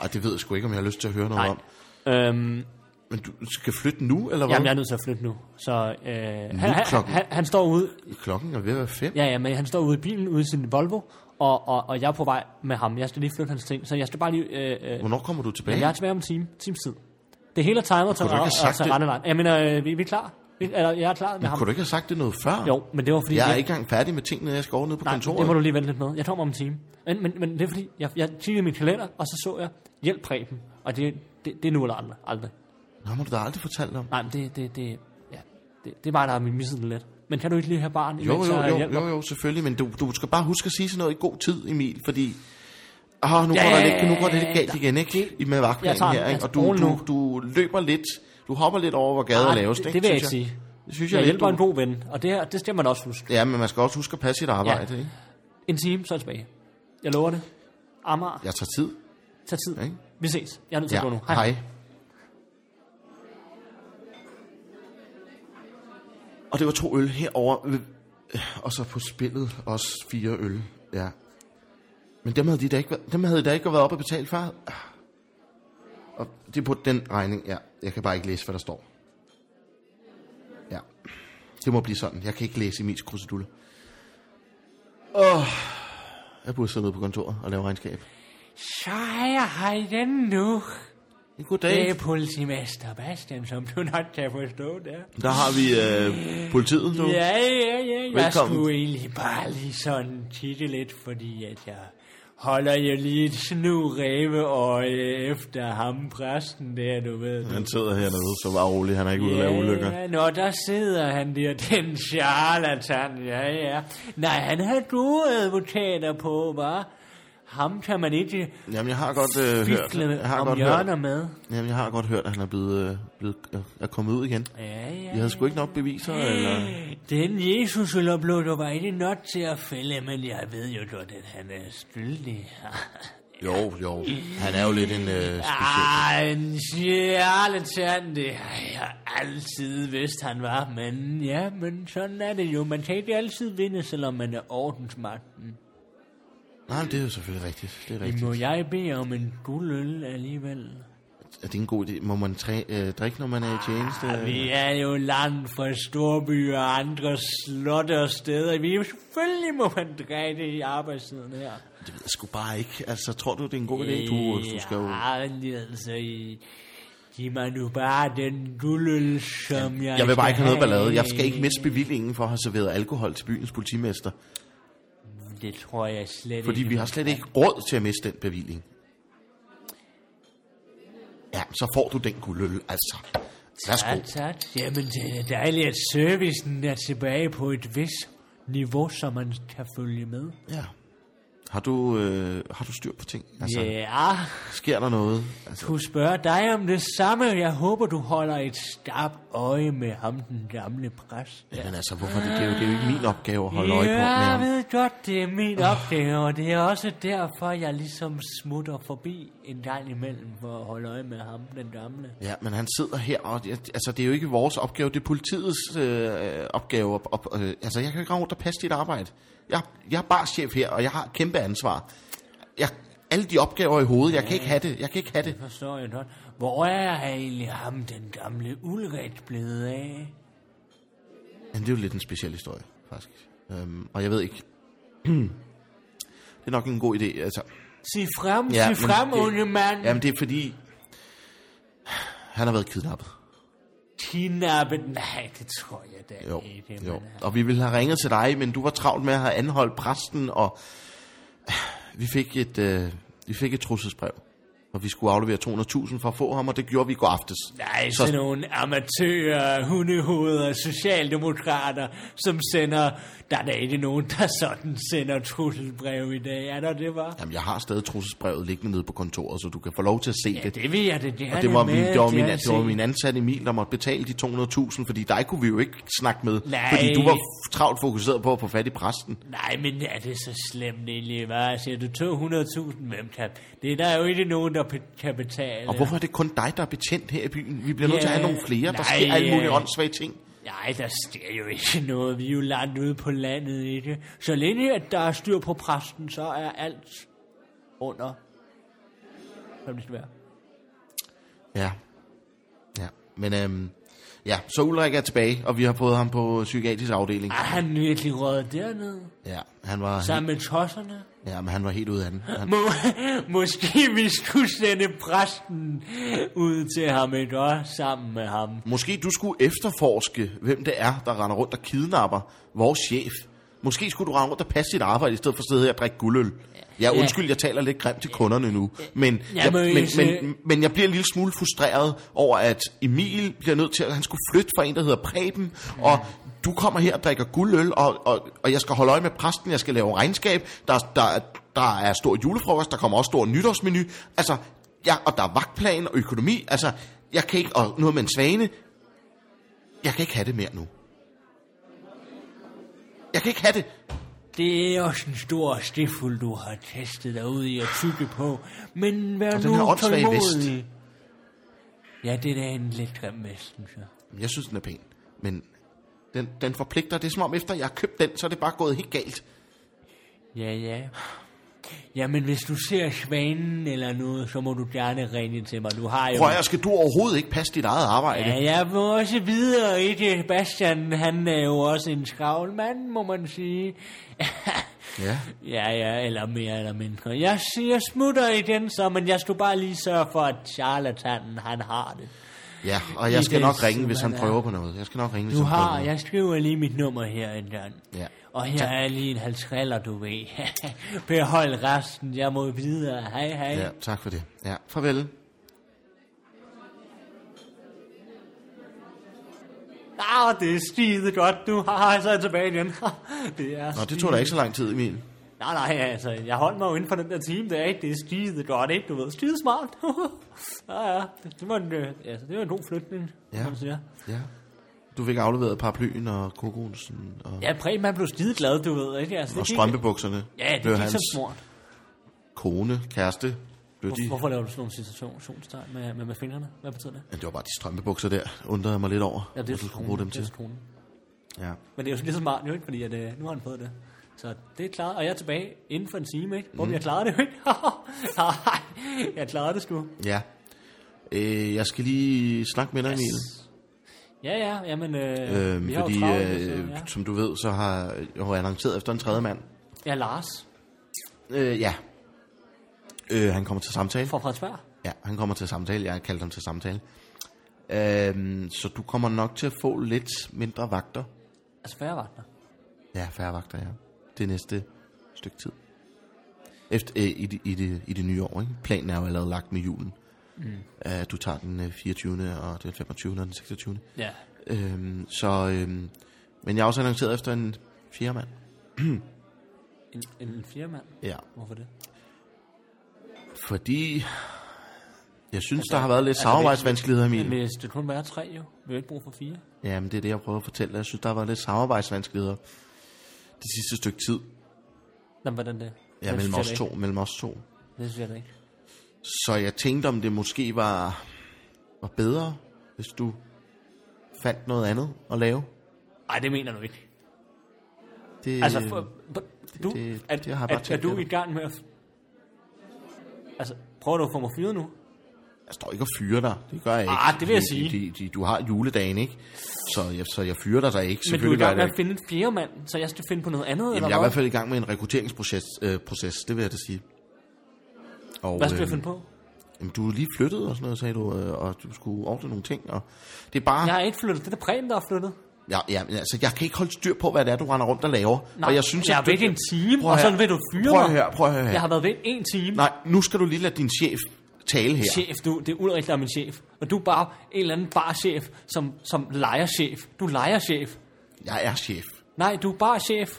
[SPEAKER 1] Ej, det ved jeg sgu ikke, om jeg har lyst til at høre noget
[SPEAKER 2] Nej.
[SPEAKER 1] om.
[SPEAKER 2] Øhm,
[SPEAKER 1] Men du skal flytte nu, eller hvad?
[SPEAKER 2] jamen, jeg er nødt til at flytte nu. Så øh, han, han,
[SPEAKER 1] klokken.
[SPEAKER 2] han, han, står ude,
[SPEAKER 1] Klokken er ved at være fem.
[SPEAKER 2] ja, ja, men han står ude i bilen ude i sin Volvo, og, og, og jeg er på vej med ham. Jeg skal lige flytte hans ting, så jeg skal bare lige... Øh, øh,
[SPEAKER 1] Hvornår kommer du tilbage?
[SPEAKER 2] jeg er tilbage om en time, times tid. Det hele er timet til
[SPEAKER 1] Kunne du ikke have sagt
[SPEAKER 2] til
[SPEAKER 1] det?
[SPEAKER 2] Randevejen. Jeg mener, øh, vi, vi er klar. Vi, eller, jeg er klar med ham.
[SPEAKER 1] Kunne du ikke have sagt det noget før?
[SPEAKER 2] Jo, men det var fordi...
[SPEAKER 1] Jeg er ikke engang færdig med tingene, jeg skal over ned på
[SPEAKER 2] Nej,
[SPEAKER 1] kontoret.
[SPEAKER 2] det må du lige vente lidt med. Jeg kommer om en time. Men, men, men det er fordi, jeg, jeg kiggede i min kalender, og så så jeg, hjælp Preben. Og det, det, det er nu eller aldrig. aldrig.
[SPEAKER 1] Nå, må du da aldrig fortalt om.
[SPEAKER 2] Nej, men det, det, det, ja, det, det er bare, der har misset den lidt. Men kan du ikke lige have barn,
[SPEAKER 1] Jo,
[SPEAKER 2] imens
[SPEAKER 1] jo,
[SPEAKER 2] jeg
[SPEAKER 1] jo,
[SPEAKER 2] hjælper?
[SPEAKER 1] jo, jo, selvfølgelig, men du, du skal bare huske at sige sådan noget i god tid, Emil, fordi... Ah, nu,
[SPEAKER 2] Ja,
[SPEAKER 1] går der lidt, nu går det lidt galt igen, ikke? I med
[SPEAKER 2] Jeg
[SPEAKER 1] vagtplanen
[SPEAKER 2] tager den,
[SPEAKER 1] her, ikke?
[SPEAKER 2] altså,
[SPEAKER 1] Og du,
[SPEAKER 2] rolig
[SPEAKER 1] du,
[SPEAKER 2] nu.
[SPEAKER 1] du løber lidt, du hopper lidt over, hvor gader
[SPEAKER 2] Nej,
[SPEAKER 1] er lavest,
[SPEAKER 2] det-
[SPEAKER 1] ikke?
[SPEAKER 2] det vil jeg
[SPEAKER 1] synes
[SPEAKER 2] ikke sige.
[SPEAKER 1] Det synes jeg,
[SPEAKER 2] Jeg
[SPEAKER 1] lidt,
[SPEAKER 2] hjælper
[SPEAKER 1] du-
[SPEAKER 2] en god ven, og det her, det skal man også huske.
[SPEAKER 1] Ja, men man skal også huske at passe sit arbejde,
[SPEAKER 2] Ja.
[SPEAKER 1] ikke?
[SPEAKER 2] En time, så er jeg tilbage. Jeg lover det. Amager,
[SPEAKER 1] Jeg tager tid.
[SPEAKER 2] tag tid.
[SPEAKER 1] Ikke?
[SPEAKER 2] Vi ses. Jeg er nødt til at gå nu.
[SPEAKER 1] hej. Og det var to øl herover og så på spillet også fire øl. Ja. Men dem havde de da ikke, været- dem havde de da ikke været op og betalt før. Og det er på den regning, ja. Jeg kan bare ikke læse, hvad der står. Ja. Det må blive sådan. Jeg kan ikke læse Emils krusedulle. Åh. Jeg burde sidde nede på kontoret og lave regnskab.
[SPEAKER 2] Så er jeg her igen nu.
[SPEAKER 1] Goddag.
[SPEAKER 2] politimester Bastian, som du nok kan forstå der.
[SPEAKER 1] Der har vi øh, politiet nu.
[SPEAKER 2] Ja, ja, ja. Jeg
[SPEAKER 1] Velkommen.
[SPEAKER 2] skulle egentlig bare lige sådan kigge lidt, fordi at jeg holder jo lige et snu ræveøje efter ham, præsten der, du ved.
[SPEAKER 1] Han sidder hernede, så bare rolig. Han er ikke ude at lave ulykker.
[SPEAKER 2] Ja, nå, der sidder han der, den charlatan, ja, ja. Nej, han havde gode advokater på, var. Ham kan man ikke
[SPEAKER 1] Jamen, jeg har godt øh, hørt.
[SPEAKER 2] fikle
[SPEAKER 1] Jeg har
[SPEAKER 2] om
[SPEAKER 1] godt
[SPEAKER 2] hjørner
[SPEAKER 1] hørt.
[SPEAKER 2] med.
[SPEAKER 1] Jamen, jeg har godt hørt, at han er blevet, øh, blevet øh, er kommet ud igen.
[SPEAKER 2] Ja, ja.
[SPEAKER 1] Jeg havde sgu ikke nok beviser, eller...
[SPEAKER 2] Den Jesus blå, du var ikke nok til at fælde, men jeg ved jo godt, at han er skyldig.
[SPEAKER 1] Jo, jo. Han er jo lidt en øh, speciel.
[SPEAKER 2] Ej, en charlatan, det har jeg altid vidst, han var. Men ja, men sådan er det jo. Man kan ikke altid vinde, selvom man er ordensmagten.
[SPEAKER 1] Nej, men det er jo selvfølgelig rigtigt. Det er rigtigt.
[SPEAKER 2] Må jeg bede om en guldøl alligevel?
[SPEAKER 1] Er det en god idé? Må man træ, øh, drikke, når man
[SPEAKER 2] Ah,
[SPEAKER 1] er i tjeneste?
[SPEAKER 2] Vi er jo langt fra storbyer og andre slotte og steder. Vi er jo selvfølgelig må man drikke i arbejdstiden her.
[SPEAKER 1] Det ved jeg sgu bare ikke. Altså, tror du, det er en god idé? Du, du skal jo...
[SPEAKER 2] Ja, altså, I- giv mig nu bare den guldøl, som jeg
[SPEAKER 1] Jeg vil bare ikke have noget
[SPEAKER 2] skal
[SPEAKER 1] ballade. Jeg skal ikke miste bevillingen for at have serveret alkohol til byens politimester.
[SPEAKER 2] Det tror jeg slet
[SPEAKER 1] Fordi
[SPEAKER 2] ikke.
[SPEAKER 1] vi har slet ikke råd til at miste den bevilling. Ja, så får du den guldøl, altså.
[SPEAKER 2] Tak,
[SPEAKER 1] Værsgo.
[SPEAKER 2] tak. Jamen, det er dejligt, at servicen er tilbage på et vis niveau, så man kan følge med.
[SPEAKER 1] Ja. Har du, øh, har du styr på ting? Altså, yeah.
[SPEAKER 2] Ja,
[SPEAKER 1] sker der noget? Altså,
[SPEAKER 2] du spørger ah, dig om det samme. Jeg håber, du holder et skarpt øje med ham, den gamle præst.
[SPEAKER 1] jamen altså, hvorfor det? Det er, jo, det er jo ikke min opgave at holde øje på.
[SPEAKER 2] Ja, jeg
[SPEAKER 1] Men,
[SPEAKER 2] ved godt, det er min opgave, og det er også derfor, jeg ligesom smutter forbi en gang imellem for at holde øje med ham, den gamle.
[SPEAKER 1] ja, men han sidder her, og det, altså, det er jo ikke vores opgave, det er politiets øh, opgave. Op, op, øh, altså, jeg kan ikke rende rundt og passe dit arbejde. Jeg, jeg er bare chef her, og jeg har et kæmpe ansvar. Jeg, alle de opgaver i hovedet, jeg kan ikke have det. Jeg kan ikke have det.
[SPEAKER 2] Forstår jeg godt. Hvor er egentlig ham, den gamle Ulrik, blevet af?
[SPEAKER 1] Men det er jo lidt en speciel historie, faktisk. Øhm, og jeg ved ikke... det er nok en god idé, altså.
[SPEAKER 2] Sig frem,
[SPEAKER 1] Ja,
[SPEAKER 2] ja, sig
[SPEAKER 1] men
[SPEAKER 2] frem,
[SPEAKER 1] det-
[SPEAKER 2] unge mand.
[SPEAKER 1] Jamen, det er fordi... Han har været kidnappet.
[SPEAKER 2] Kidnappet? Nej, det tror jeg da
[SPEAKER 1] Jo,
[SPEAKER 2] ikke. men,
[SPEAKER 1] jo.
[SPEAKER 2] øh,
[SPEAKER 1] Og vi ville have ringet til dig, men du var travlt med at have anholdt præsten, og vi fik et, øh, vi fik et trusselsbrev. Og vi skulle aflevere 200.000 for at få ham, og det gjorde vi i går aftes.
[SPEAKER 2] Nej,
[SPEAKER 1] Så-
[SPEAKER 2] så... sådan nogle amatører, hundehoveder, socialdemokrater, som sender... Der er da ikke nogen, der sådan sender trusselbrev i dag, er der det, var?
[SPEAKER 1] Jamen, jeg har stadig trusselsbrevet liggende nede på kontoret, så du kan få lov til at se
[SPEAKER 2] Ja,
[SPEAKER 1] det.
[SPEAKER 2] det vil jeg det gerne
[SPEAKER 1] Og det var,
[SPEAKER 2] med,
[SPEAKER 1] min, det, var min,
[SPEAKER 2] er
[SPEAKER 1] det var
[SPEAKER 2] set.
[SPEAKER 1] min ansatte Emil, der måtte betale de 200.000, fordi dig kunne vi jo ikke snakke med,
[SPEAKER 2] Nej.
[SPEAKER 1] fordi du var f- travlt fokuseret på at få fat i præsten.
[SPEAKER 2] Nej, men er det så slemt egentlig, hva'? Siger du 200.000, hvem kan... Det er der jo ikke nogen, der pe- kan betale.
[SPEAKER 1] Og hvorfor er det kun dig, der er betjent her i byen? Vi bliver nødt til at have
[SPEAKER 2] Ja.
[SPEAKER 1] nogle flere, der
[SPEAKER 2] Nej,
[SPEAKER 1] sker alle mulige
[SPEAKER 2] ja.
[SPEAKER 1] åndssvage ting.
[SPEAKER 2] Nej, der sker jo ikke noget. Vi er jo langt ude på landet, ikke? Så længe at der er styr på præsten, så er alt under hvem det skal være.
[SPEAKER 1] Ja. Ja. Men øhm, ja, så Ulrik er tilbage, og vi har fået ham på psykiatrisk afdeling.
[SPEAKER 2] Er han virkelig røget dernede?
[SPEAKER 1] Ja, han var,
[SPEAKER 2] Sammen med tosserne?
[SPEAKER 1] ja, men han var helt ude af den. Han,
[SPEAKER 2] Må, måske vi skulle sende præsten ud til ham, ikke også? Sammen med ham.
[SPEAKER 1] måske du skulle efterforske, hvem det er, der render rundt og kidnapper vores chef. Måske skulle du rende rundt og passe dit arbejde, i stedet for at sidde her og drikke guldøl. Ja,
[SPEAKER 2] Ja.
[SPEAKER 1] undskyld, jeg taler lidt grimt til kunderne nu, men,
[SPEAKER 2] Ja,
[SPEAKER 1] jeg,
[SPEAKER 2] men
[SPEAKER 1] men,
[SPEAKER 2] hvis, øh,
[SPEAKER 1] men, men jeg bliver en lille smule frustreret over, at Emil bliver nødt til, at han skulle flytte fra en, der hedder Preben, og du kommer her og drikker guldøl, og, og, og jeg skal holde øje med præsten, jeg skal lave regnskab, der, der, der er stor julefrokost, der kommer også stor nytårsmenu, altså, ja, og der er vagtplan og økonomi, altså, jeg kan ikke, og noget med en svane, jeg kan ikke have det mere nu. Jeg kan ikke have det.
[SPEAKER 2] Det er også en stor stiful, du har testet dig ud i at tykke på. Men vær
[SPEAKER 1] Og den her
[SPEAKER 2] nu
[SPEAKER 1] åndssvage
[SPEAKER 2] tålmodig. Ja, det er da en lidt grim vest, synes jeg.
[SPEAKER 1] Jeg synes, den er pæn, men den, den forpligter. Det er som om, efter jeg har købt den, så er det bare gået helt galt.
[SPEAKER 2] Ja, ja. Jamen, hvis du ser svanen eller noget, så må du gerne ringe til mig. Du har jo...
[SPEAKER 1] Prøv at skal du overhovedet ikke passe dit eget arbejde?
[SPEAKER 2] Ja, jeg må også videre, ikke? Sebastian, han er jo også en skravl mand, må man sige.
[SPEAKER 1] Ja.
[SPEAKER 2] Ja, ja, eller mere eller mindre. Jeg siger smutter igen så, men jeg skulle bare lige sørge for, at charlatanen, han har det.
[SPEAKER 1] ja og
[SPEAKER 2] I
[SPEAKER 1] jeg skal
[SPEAKER 2] det,
[SPEAKER 1] nok ringe, hvis
[SPEAKER 2] som
[SPEAKER 1] han
[SPEAKER 2] man er.
[SPEAKER 1] prøver på noget. Jeg skal nok ringe, hvis
[SPEAKER 2] Du
[SPEAKER 1] han prøver
[SPEAKER 2] har,
[SPEAKER 1] på noget.
[SPEAKER 2] jeg skriver lige mit nummer her, Indjørn.
[SPEAKER 1] Ja.
[SPEAKER 2] Og her er lige en halvtræller, du ved. Behold resten, jeg må videre. Hej, hej.
[SPEAKER 1] Ja, tak for det. Ja, farvel.
[SPEAKER 2] Ah, det er skide godt nu. Haha, så er jeg tilbage igen. det er
[SPEAKER 1] Nå, det
[SPEAKER 2] skide-
[SPEAKER 1] tog da ikke så lang tid, Emil.
[SPEAKER 2] Nej, nej, altså, jeg holdt mig jo inden for den der time der, ikke? Det er skide godt, ikke? Du ved, skide smart. ja, ja, det var en, øh, altså, det var en god flytning,
[SPEAKER 1] Ja.
[SPEAKER 2] ja. man siger.
[SPEAKER 1] Ja. Du fik afleveret paraplyen og kokosen og,
[SPEAKER 2] Ja, Preben, han blev skide glad, du ved, ikke? Altså, det
[SPEAKER 1] og
[SPEAKER 2] gik-
[SPEAKER 1] strømpebukserne.
[SPEAKER 2] Ja, det
[SPEAKER 1] blev
[SPEAKER 2] gik
[SPEAKER 1] hans
[SPEAKER 2] som smort.
[SPEAKER 1] kone, kæreste. Blev de...
[SPEAKER 2] Hvor, hvorfor laver du sådan nogle situationstegn med, med, med fingrene? Hvad betyder det?
[SPEAKER 1] Ja, det var bare de strømpebukser der, undrede jeg mig lidt over.
[SPEAKER 2] Ja, det
[SPEAKER 1] hvad
[SPEAKER 2] er
[SPEAKER 1] du skulle
[SPEAKER 2] skolen.
[SPEAKER 1] bruge dem
[SPEAKER 2] Det er
[SPEAKER 1] til.
[SPEAKER 2] skolen.
[SPEAKER 1] Ja.
[SPEAKER 2] Men det er jo lige så smart jo ikke, fordi at, øh, nu har han fået det. Så det er klart, og jeg er tilbage inden for en time, ikke? Hvor mm. jeg klarede det jo ikke. Nej, jeg klarede det sgu.
[SPEAKER 1] ja. Øh, jeg skal lige snakke med dig, Emil.
[SPEAKER 2] Ja, ja, jamen, øh,
[SPEAKER 1] Øhm,
[SPEAKER 2] vi har
[SPEAKER 1] fordi,
[SPEAKER 2] jo travlt, så,
[SPEAKER 1] øh,
[SPEAKER 2] ja.
[SPEAKER 1] som du ved, så har jeg jo annonceret efter en tredje mand.
[SPEAKER 2] ja, Lars
[SPEAKER 1] Øh, ja. Øh, han kommer til samtale.
[SPEAKER 2] fra Frederiksberg.
[SPEAKER 1] Ja, han kommer til samtale. Jeg har kaldt ham til samtale. Øhm, så du kommer nok til at få lidt mindre vagter.
[SPEAKER 2] Altså færrevagter.
[SPEAKER 1] Ja, færre vagter, ja. Det næste stykke tid. Efter, øh, i, det, i, det, I det nye år, ikke? Planen er jo allerede lagt med julen. Mm. Øh, du tager den øh, 24. og den 25. og den 26.
[SPEAKER 2] Ja.
[SPEAKER 1] Øhm, så, øhm, men jeg har også annonceret efter en fjerde mand.
[SPEAKER 2] En, en, en firemand.
[SPEAKER 1] Ja.
[SPEAKER 2] Hvorfor det?
[SPEAKER 1] Fordi jeg synes, der har været lidt samarbejdsvanskeligheder,
[SPEAKER 2] Men
[SPEAKER 1] Emil.
[SPEAKER 2] hvis det kun være tre jo, vi har ikke brug for fire.
[SPEAKER 1] Jamen, det er det, jeg prøver at fortælle. Jeg synes, der har været lidt samarbejdsvanskeligheder det sidste stykke tid.
[SPEAKER 2] Nå, men hvordan det?
[SPEAKER 1] Ja,
[SPEAKER 2] Det
[SPEAKER 1] mellem
[SPEAKER 2] synes
[SPEAKER 1] os
[SPEAKER 2] jeg
[SPEAKER 1] to.
[SPEAKER 2] da
[SPEAKER 1] Mellem os to.
[SPEAKER 2] ikke. Det synes jeg da ikke.
[SPEAKER 1] Så jeg tænkte, om det måske var, var bedre, hvis du fandt noget andet at lave.
[SPEAKER 2] Nej, det mener du ikke.
[SPEAKER 1] Det,
[SPEAKER 2] Altså, for, for, du,
[SPEAKER 1] det-
[SPEAKER 2] er,
[SPEAKER 1] det har jeg bare
[SPEAKER 2] er, er
[SPEAKER 1] tænkt
[SPEAKER 2] du
[SPEAKER 1] lidt
[SPEAKER 2] i
[SPEAKER 1] om.
[SPEAKER 2] gang med at... Altså, prøver du at få mig fyret nu?
[SPEAKER 1] jeg står ikke og fyrer dig. Det gør jeg ikke.
[SPEAKER 2] Ah, det vil jeg sige.
[SPEAKER 1] De, de, de, du har juledagen, ikke? Så jeg, så jeg fyrer dig da ikke.
[SPEAKER 2] Men du er
[SPEAKER 1] Selvfølgelig
[SPEAKER 2] i
[SPEAKER 1] gør
[SPEAKER 2] gang
[SPEAKER 1] jeg
[SPEAKER 2] med
[SPEAKER 1] det
[SPEAKER 2] at
[SPEAKER 1] ikke.
[SPEAKER 2] finde en fjerde mand, så jeg skal finde på noget andet, eller
[SPEAKER 1] Jamen, jeg er i hvert
[SPEAKER 2] hvad?
[SPEAKER 1] fald i gang med en rekrutteringsproces, øh, proces, det vil jeg da sige. Og,
[SPEAKER 2] Hvad skal jeg
[SPEAKER 1] øh,
[SPEAKER 2] finde på?
[SPEAKER 1] Jamen, du er lige flyttet og sådan noget, sagde du, øh, og du skulle ordne nogle ting. Og det er bare...
[SPEAKER 2] Jeg har ikke flyttet. Det er da Preben, der har flyttet.
[SPEAKER 1] Ja, ja, men altså, jeg kan ikke holde styr på, hvad det er, du render rundt og laver. og jeg synes,
[SPEAKER 2] jeg
[SPEAKER 1] at
[SPEAKER 2] har
[SPEAKER 1] du-
[SPEAKER 2] væk en time,
[SPEAKER 1] Prøv
[SPEAKER 2] og
[SPEAKER 1] her.
[SPEAKER 2] sådan vil du fyre
[SPEAKER 1] Prøv at
[SPEAKER 2] mig.
[SPEAKER 1] høre, prøv at høre.
[SPEAKER 2] Jeg har været væk en time.
[SPEAKER 1] Nej, nu skal du lige lade din chef tale her.
[SPEAKER 2] chef, du, det er Ulrik, der er min chef. Og du er bare en eller anden barchef, som, som lejerchef. Du er lejerchef.
[SPEAKER 1] Jeg er chef.
[SPEAKER 2] Nej, du er bare chef.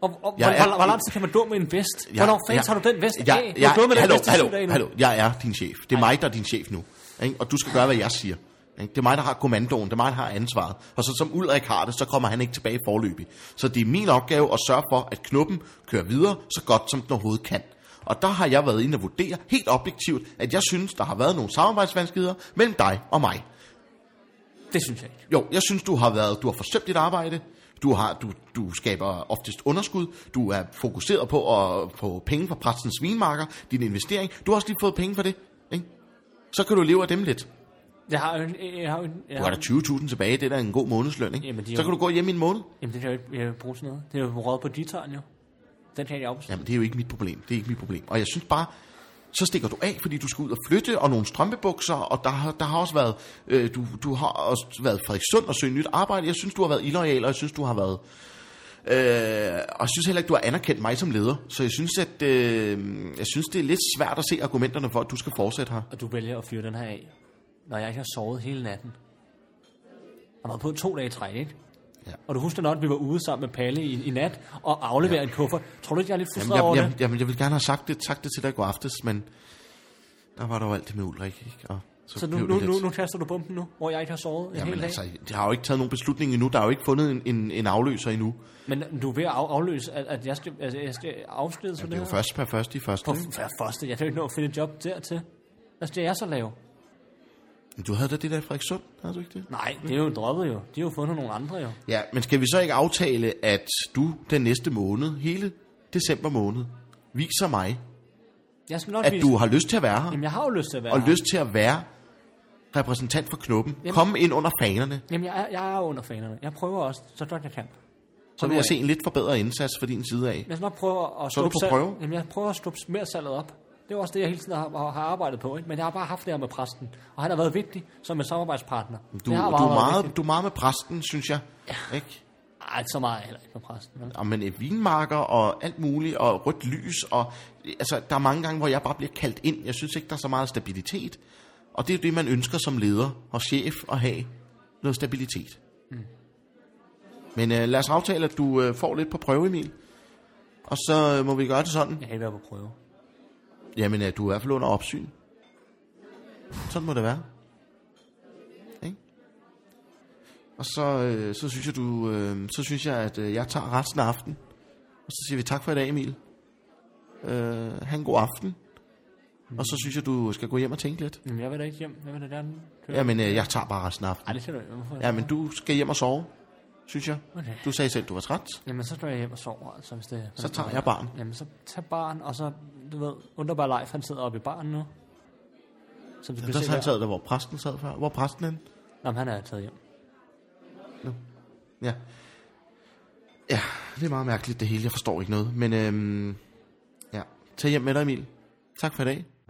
[SPEAKER 2] Og, og
[SPEAKER 1] Jeg
[SPEAKER 2] hvor,
[SPEAKER 1] er-
[SPEAKER 2] hvor, hvor lang tid kan man gå med en vest?
[SPEAKER 1] Jeg,
[SPEAKER 2] Hvornår fanden
[SPEAKER 1] jeg-
[SPEAKER 2] tager du den vest
[SPEAKER 1] jeg,
[SPEAKER 2] af? Du
[SPEAKER 1] Jeg,
[SPEAKER 2] har gået med
[SPEAKER 1] hallo,
[SPEAKER 2] den vest i syv
[SPEAKER 1] hallo,
[SPEAKER 2] dage nu.
[SPEAKER 1] hallo, jeg er din chef. Det er mig, der er din chef nu. Ikke? Og du skal gøre, hvad jeg siger. Ikke? Det er mig, der har kommandoen. Det er mig, der har ansvaret. Og så som Ulrik har det, så kommer han ikke tilbage forløbig. Så det er min opgave at sørge for, at knuppen kører videre så godt, som den overhovedet kan. Og der har jeg været inde og vurdere helt objektivt, at jeg synes, der har været nogle samarbejdsvanskeligheder mellem dig og mig.
[SPEAKER 2] Det synes jeg ikke.
[SPEAKER 1] Jo, jeg synes, du har været, du har forsømt dit arbejde. Du, har, du, du skaber oftest underskud. Du er fokuseret på at få penge fra præstens vinmarker, din investering. Du har også lige fået penge for det, ikke? Så kan du leve af dem lidt.
[SPEAKER 2] Jeg har jo en... Jeg har jo en jeg
[SPEAKER 1] Du
[SPEAKER 2] har,
[SPEAKER 1] har da 20.000 tilbage, det er da en god månedsløn, ikke?
[SPEAKER 2] Jamen, det er
[SPEAKER 1] så
[SPEAKER 2] jo-
[SPEAKER 1] kan du gå hjem i en måned.
[SPEAKER 2] jamen, det kan jeg jo ikke jeg vil bruge sådan noget. Det er jo røget på guitaren jo. Den kan jeg også.
[SPEAKER 1] Jamen, det er jo ikke mit problem. Det er ikke mit problem. Og jeg synes bare, så stikker du af, fordi du skal ud og flytte, og nogle strømpebukser, og der, har- der har også været, øh, du, du har også været i Frederikssund og søge nyt arbejde. Jeg synes, du har været illoyal, og jeg synes, du har været... Øh, og jeg synes heller ikke, du har anerkendt mig som leder. Så jeg synes, at øh, jeg synes, det er lidt svært at se argumenterne for, at du skal fortsætte her.
[SPEAKER 2] Og du vælger at fyre den her af, når jeg ikke har sovet hele natten. Og var på to dage i træk, ikke?
[SPEAKER 1] Ja.
[SPEAKER 2] Og du husker nok, at vi var ude sammen med Palle i, i nat og afleverede ja. en kuffert. Tror du ikke, jeg er lidt frustreret
[SPEAKER 1] Jamen,
[SPEAKER 2] over
[SPEAKER 1] jeg, jeg,
[SPEAKER 2] det?
[SPEAKER 1] jeg, jeg ville gerne have sagt det, sagt det til dig i går aftes, men der var der jo alt det med Ulrik, ikke? Og
[SPEAKER 2] Så nu,
[SPEAKER 1] blev det
[SPEAKER 2] nu,
[SPEAKER 1] lidt-
[SPEAKER 2] nu, nu kaster du bomben nu, hvor jeg ikke har sovet en hel
[SPEAKER 1] Jamen
[SPEAKER 2] dag.
[SPEAKER 1] altså, de har jo ikke taget nogen beslutning endnu. Der er jo ikke fundet en, en, en afløser endnu.
[SPEAKER 2] Men du er ved at af, afløse, at, at jeg skal, altså, jeg skal afskedes for
[SPEAKER 1] Det er jo
[SPEAKER 2] det,
[SPEAKER 1] først per første i første.
[SPEAKER 2] På f- første, jeg kan jo ikke nå at finde et job dertil. Hvad skal jeg så lave?
[SPEAKER 1] ikke? Du havde da det der i Frederikssund, havde du ikke det?
[SPEAKER 2] Nej, det er jo droppet jo. De har jo fundet nogle andre jo.
[SPEAKER 1] Ja, men skal vi så ikke aftale, at du den næste måned, hele december måned, viser mig,
[SPEAKER 2] Jeg skal nok
[SPEAKER 1] at
[SPEAKER 2] vise-
[SPEAKER 1] du har lyst til at være her,
[SPEAKER 2] Jamen, jeg har jo lyst til at være
[SPEAKER 1] og
[SPEAKER 2] her.
[SPEAKER 1] lyst til at være repræsentant for knuppen. Kom ind under fanerne,
[SPEAKER 2] Jamen, jeg, er- jeg er under fanerne. Jeg prøver også, så godt jeg kan.
[SPEAKER 1] så vil jeg se en lidt forbedret indsats fra din side af.
[SPEAKER 2] Jeg skal nok prøve at
[SPEAKER 1] Så er du
[SPEAKER 2] skubbe
[SPEAKER 1] på
[SPEAKER 2] salg-
[SPEAKER 1] prøve?
[SPEAKER 2] Jamen, jeg prøver at skubbe mere salget op. Det er jo også det, jeg hele tiden har, har har arbejdet på. Ikke? Men jeg har bare haft det her med præsten. Og han har været vigtig som en samarbejdspartner.
[SPEAKER 1] Du,
[SPEAKER 2] det har
[SPEAKER 1] du, er
[SPEAKER 2] været
[SPEAKER 1] meget,
[SPEAKER 2] vigtigt.
[SPEAKER 1] du er meget med præsten, synes jeg. Ikke?
[SPEAKER 2] Ej, så meget er jeg heller ikke med præsten. vel?
[SPEAKER 1] og men øh, vinmarker og alt muligt, og rødt lys, og øh, altså, der er mange gange, hvor jeg bare bliver kaldt ind. Jeg synes ikke, der er så meget stabilitet. Og det er jo det, man ønsker som leder og chef at have noget stabilitet. Mm. Men øh, lad os aftale, at du øh, får lidt på prøve, Emil. Og så øh, må vi gøre det sådan.
[SPEAKER 2] Jeg kan ikke være på prøve.
[SPEAKER 1] Jamen, øh, du er i hvert fald under opsyn. Sådan må det være. Ikke? Og så, øh, så synes jeg, du, øh, så synes jeg, at øh, jeg tager resten af aftenen. Og så siger vi tak for i dag, Emil. Øh, ha' en god aften. Og så synes jeg, du skal gå hjem og tænke lidt.
[SPEAKER 2] Jamen, jeg vil da ikke hjem. Jeg vil da gerne køre.
[SPEAKER 1] Jamen, øh, jeg tager bare resten af aftenen.
[SPEAKER 2] Ej, det skal du ikke. Hvorfor?
[SPEAKER 1] Jamen, du skal hjem og sove, synes jeg.
[SPEAKER 2] Okay.
[SPEAKER 1] Du sagde selv, du var træt.
[SPEAKER 2] Jamen, så skal jeg hjem og sover, altså, hvis det...
[SPEAKER 1] Så tager jeg barn.
[SPEAKER 2] Jamen, så tag barn, og så, du ved, underbar Leif, han sidder oppe i baren nu. Som det
[SPEAKER 1] Der sad han sad der, hvor præsten sad før. Hvor er præsten henne?
[SPEAKER 2] Nå, men han er taget hjem.
[SPEAKER 1] Ja. Ja, det er meget mærkeligt det hele. Jeg forstår ikke noget. Men øhm, ja, tag hjem med dig, Emil. Tak for i dag.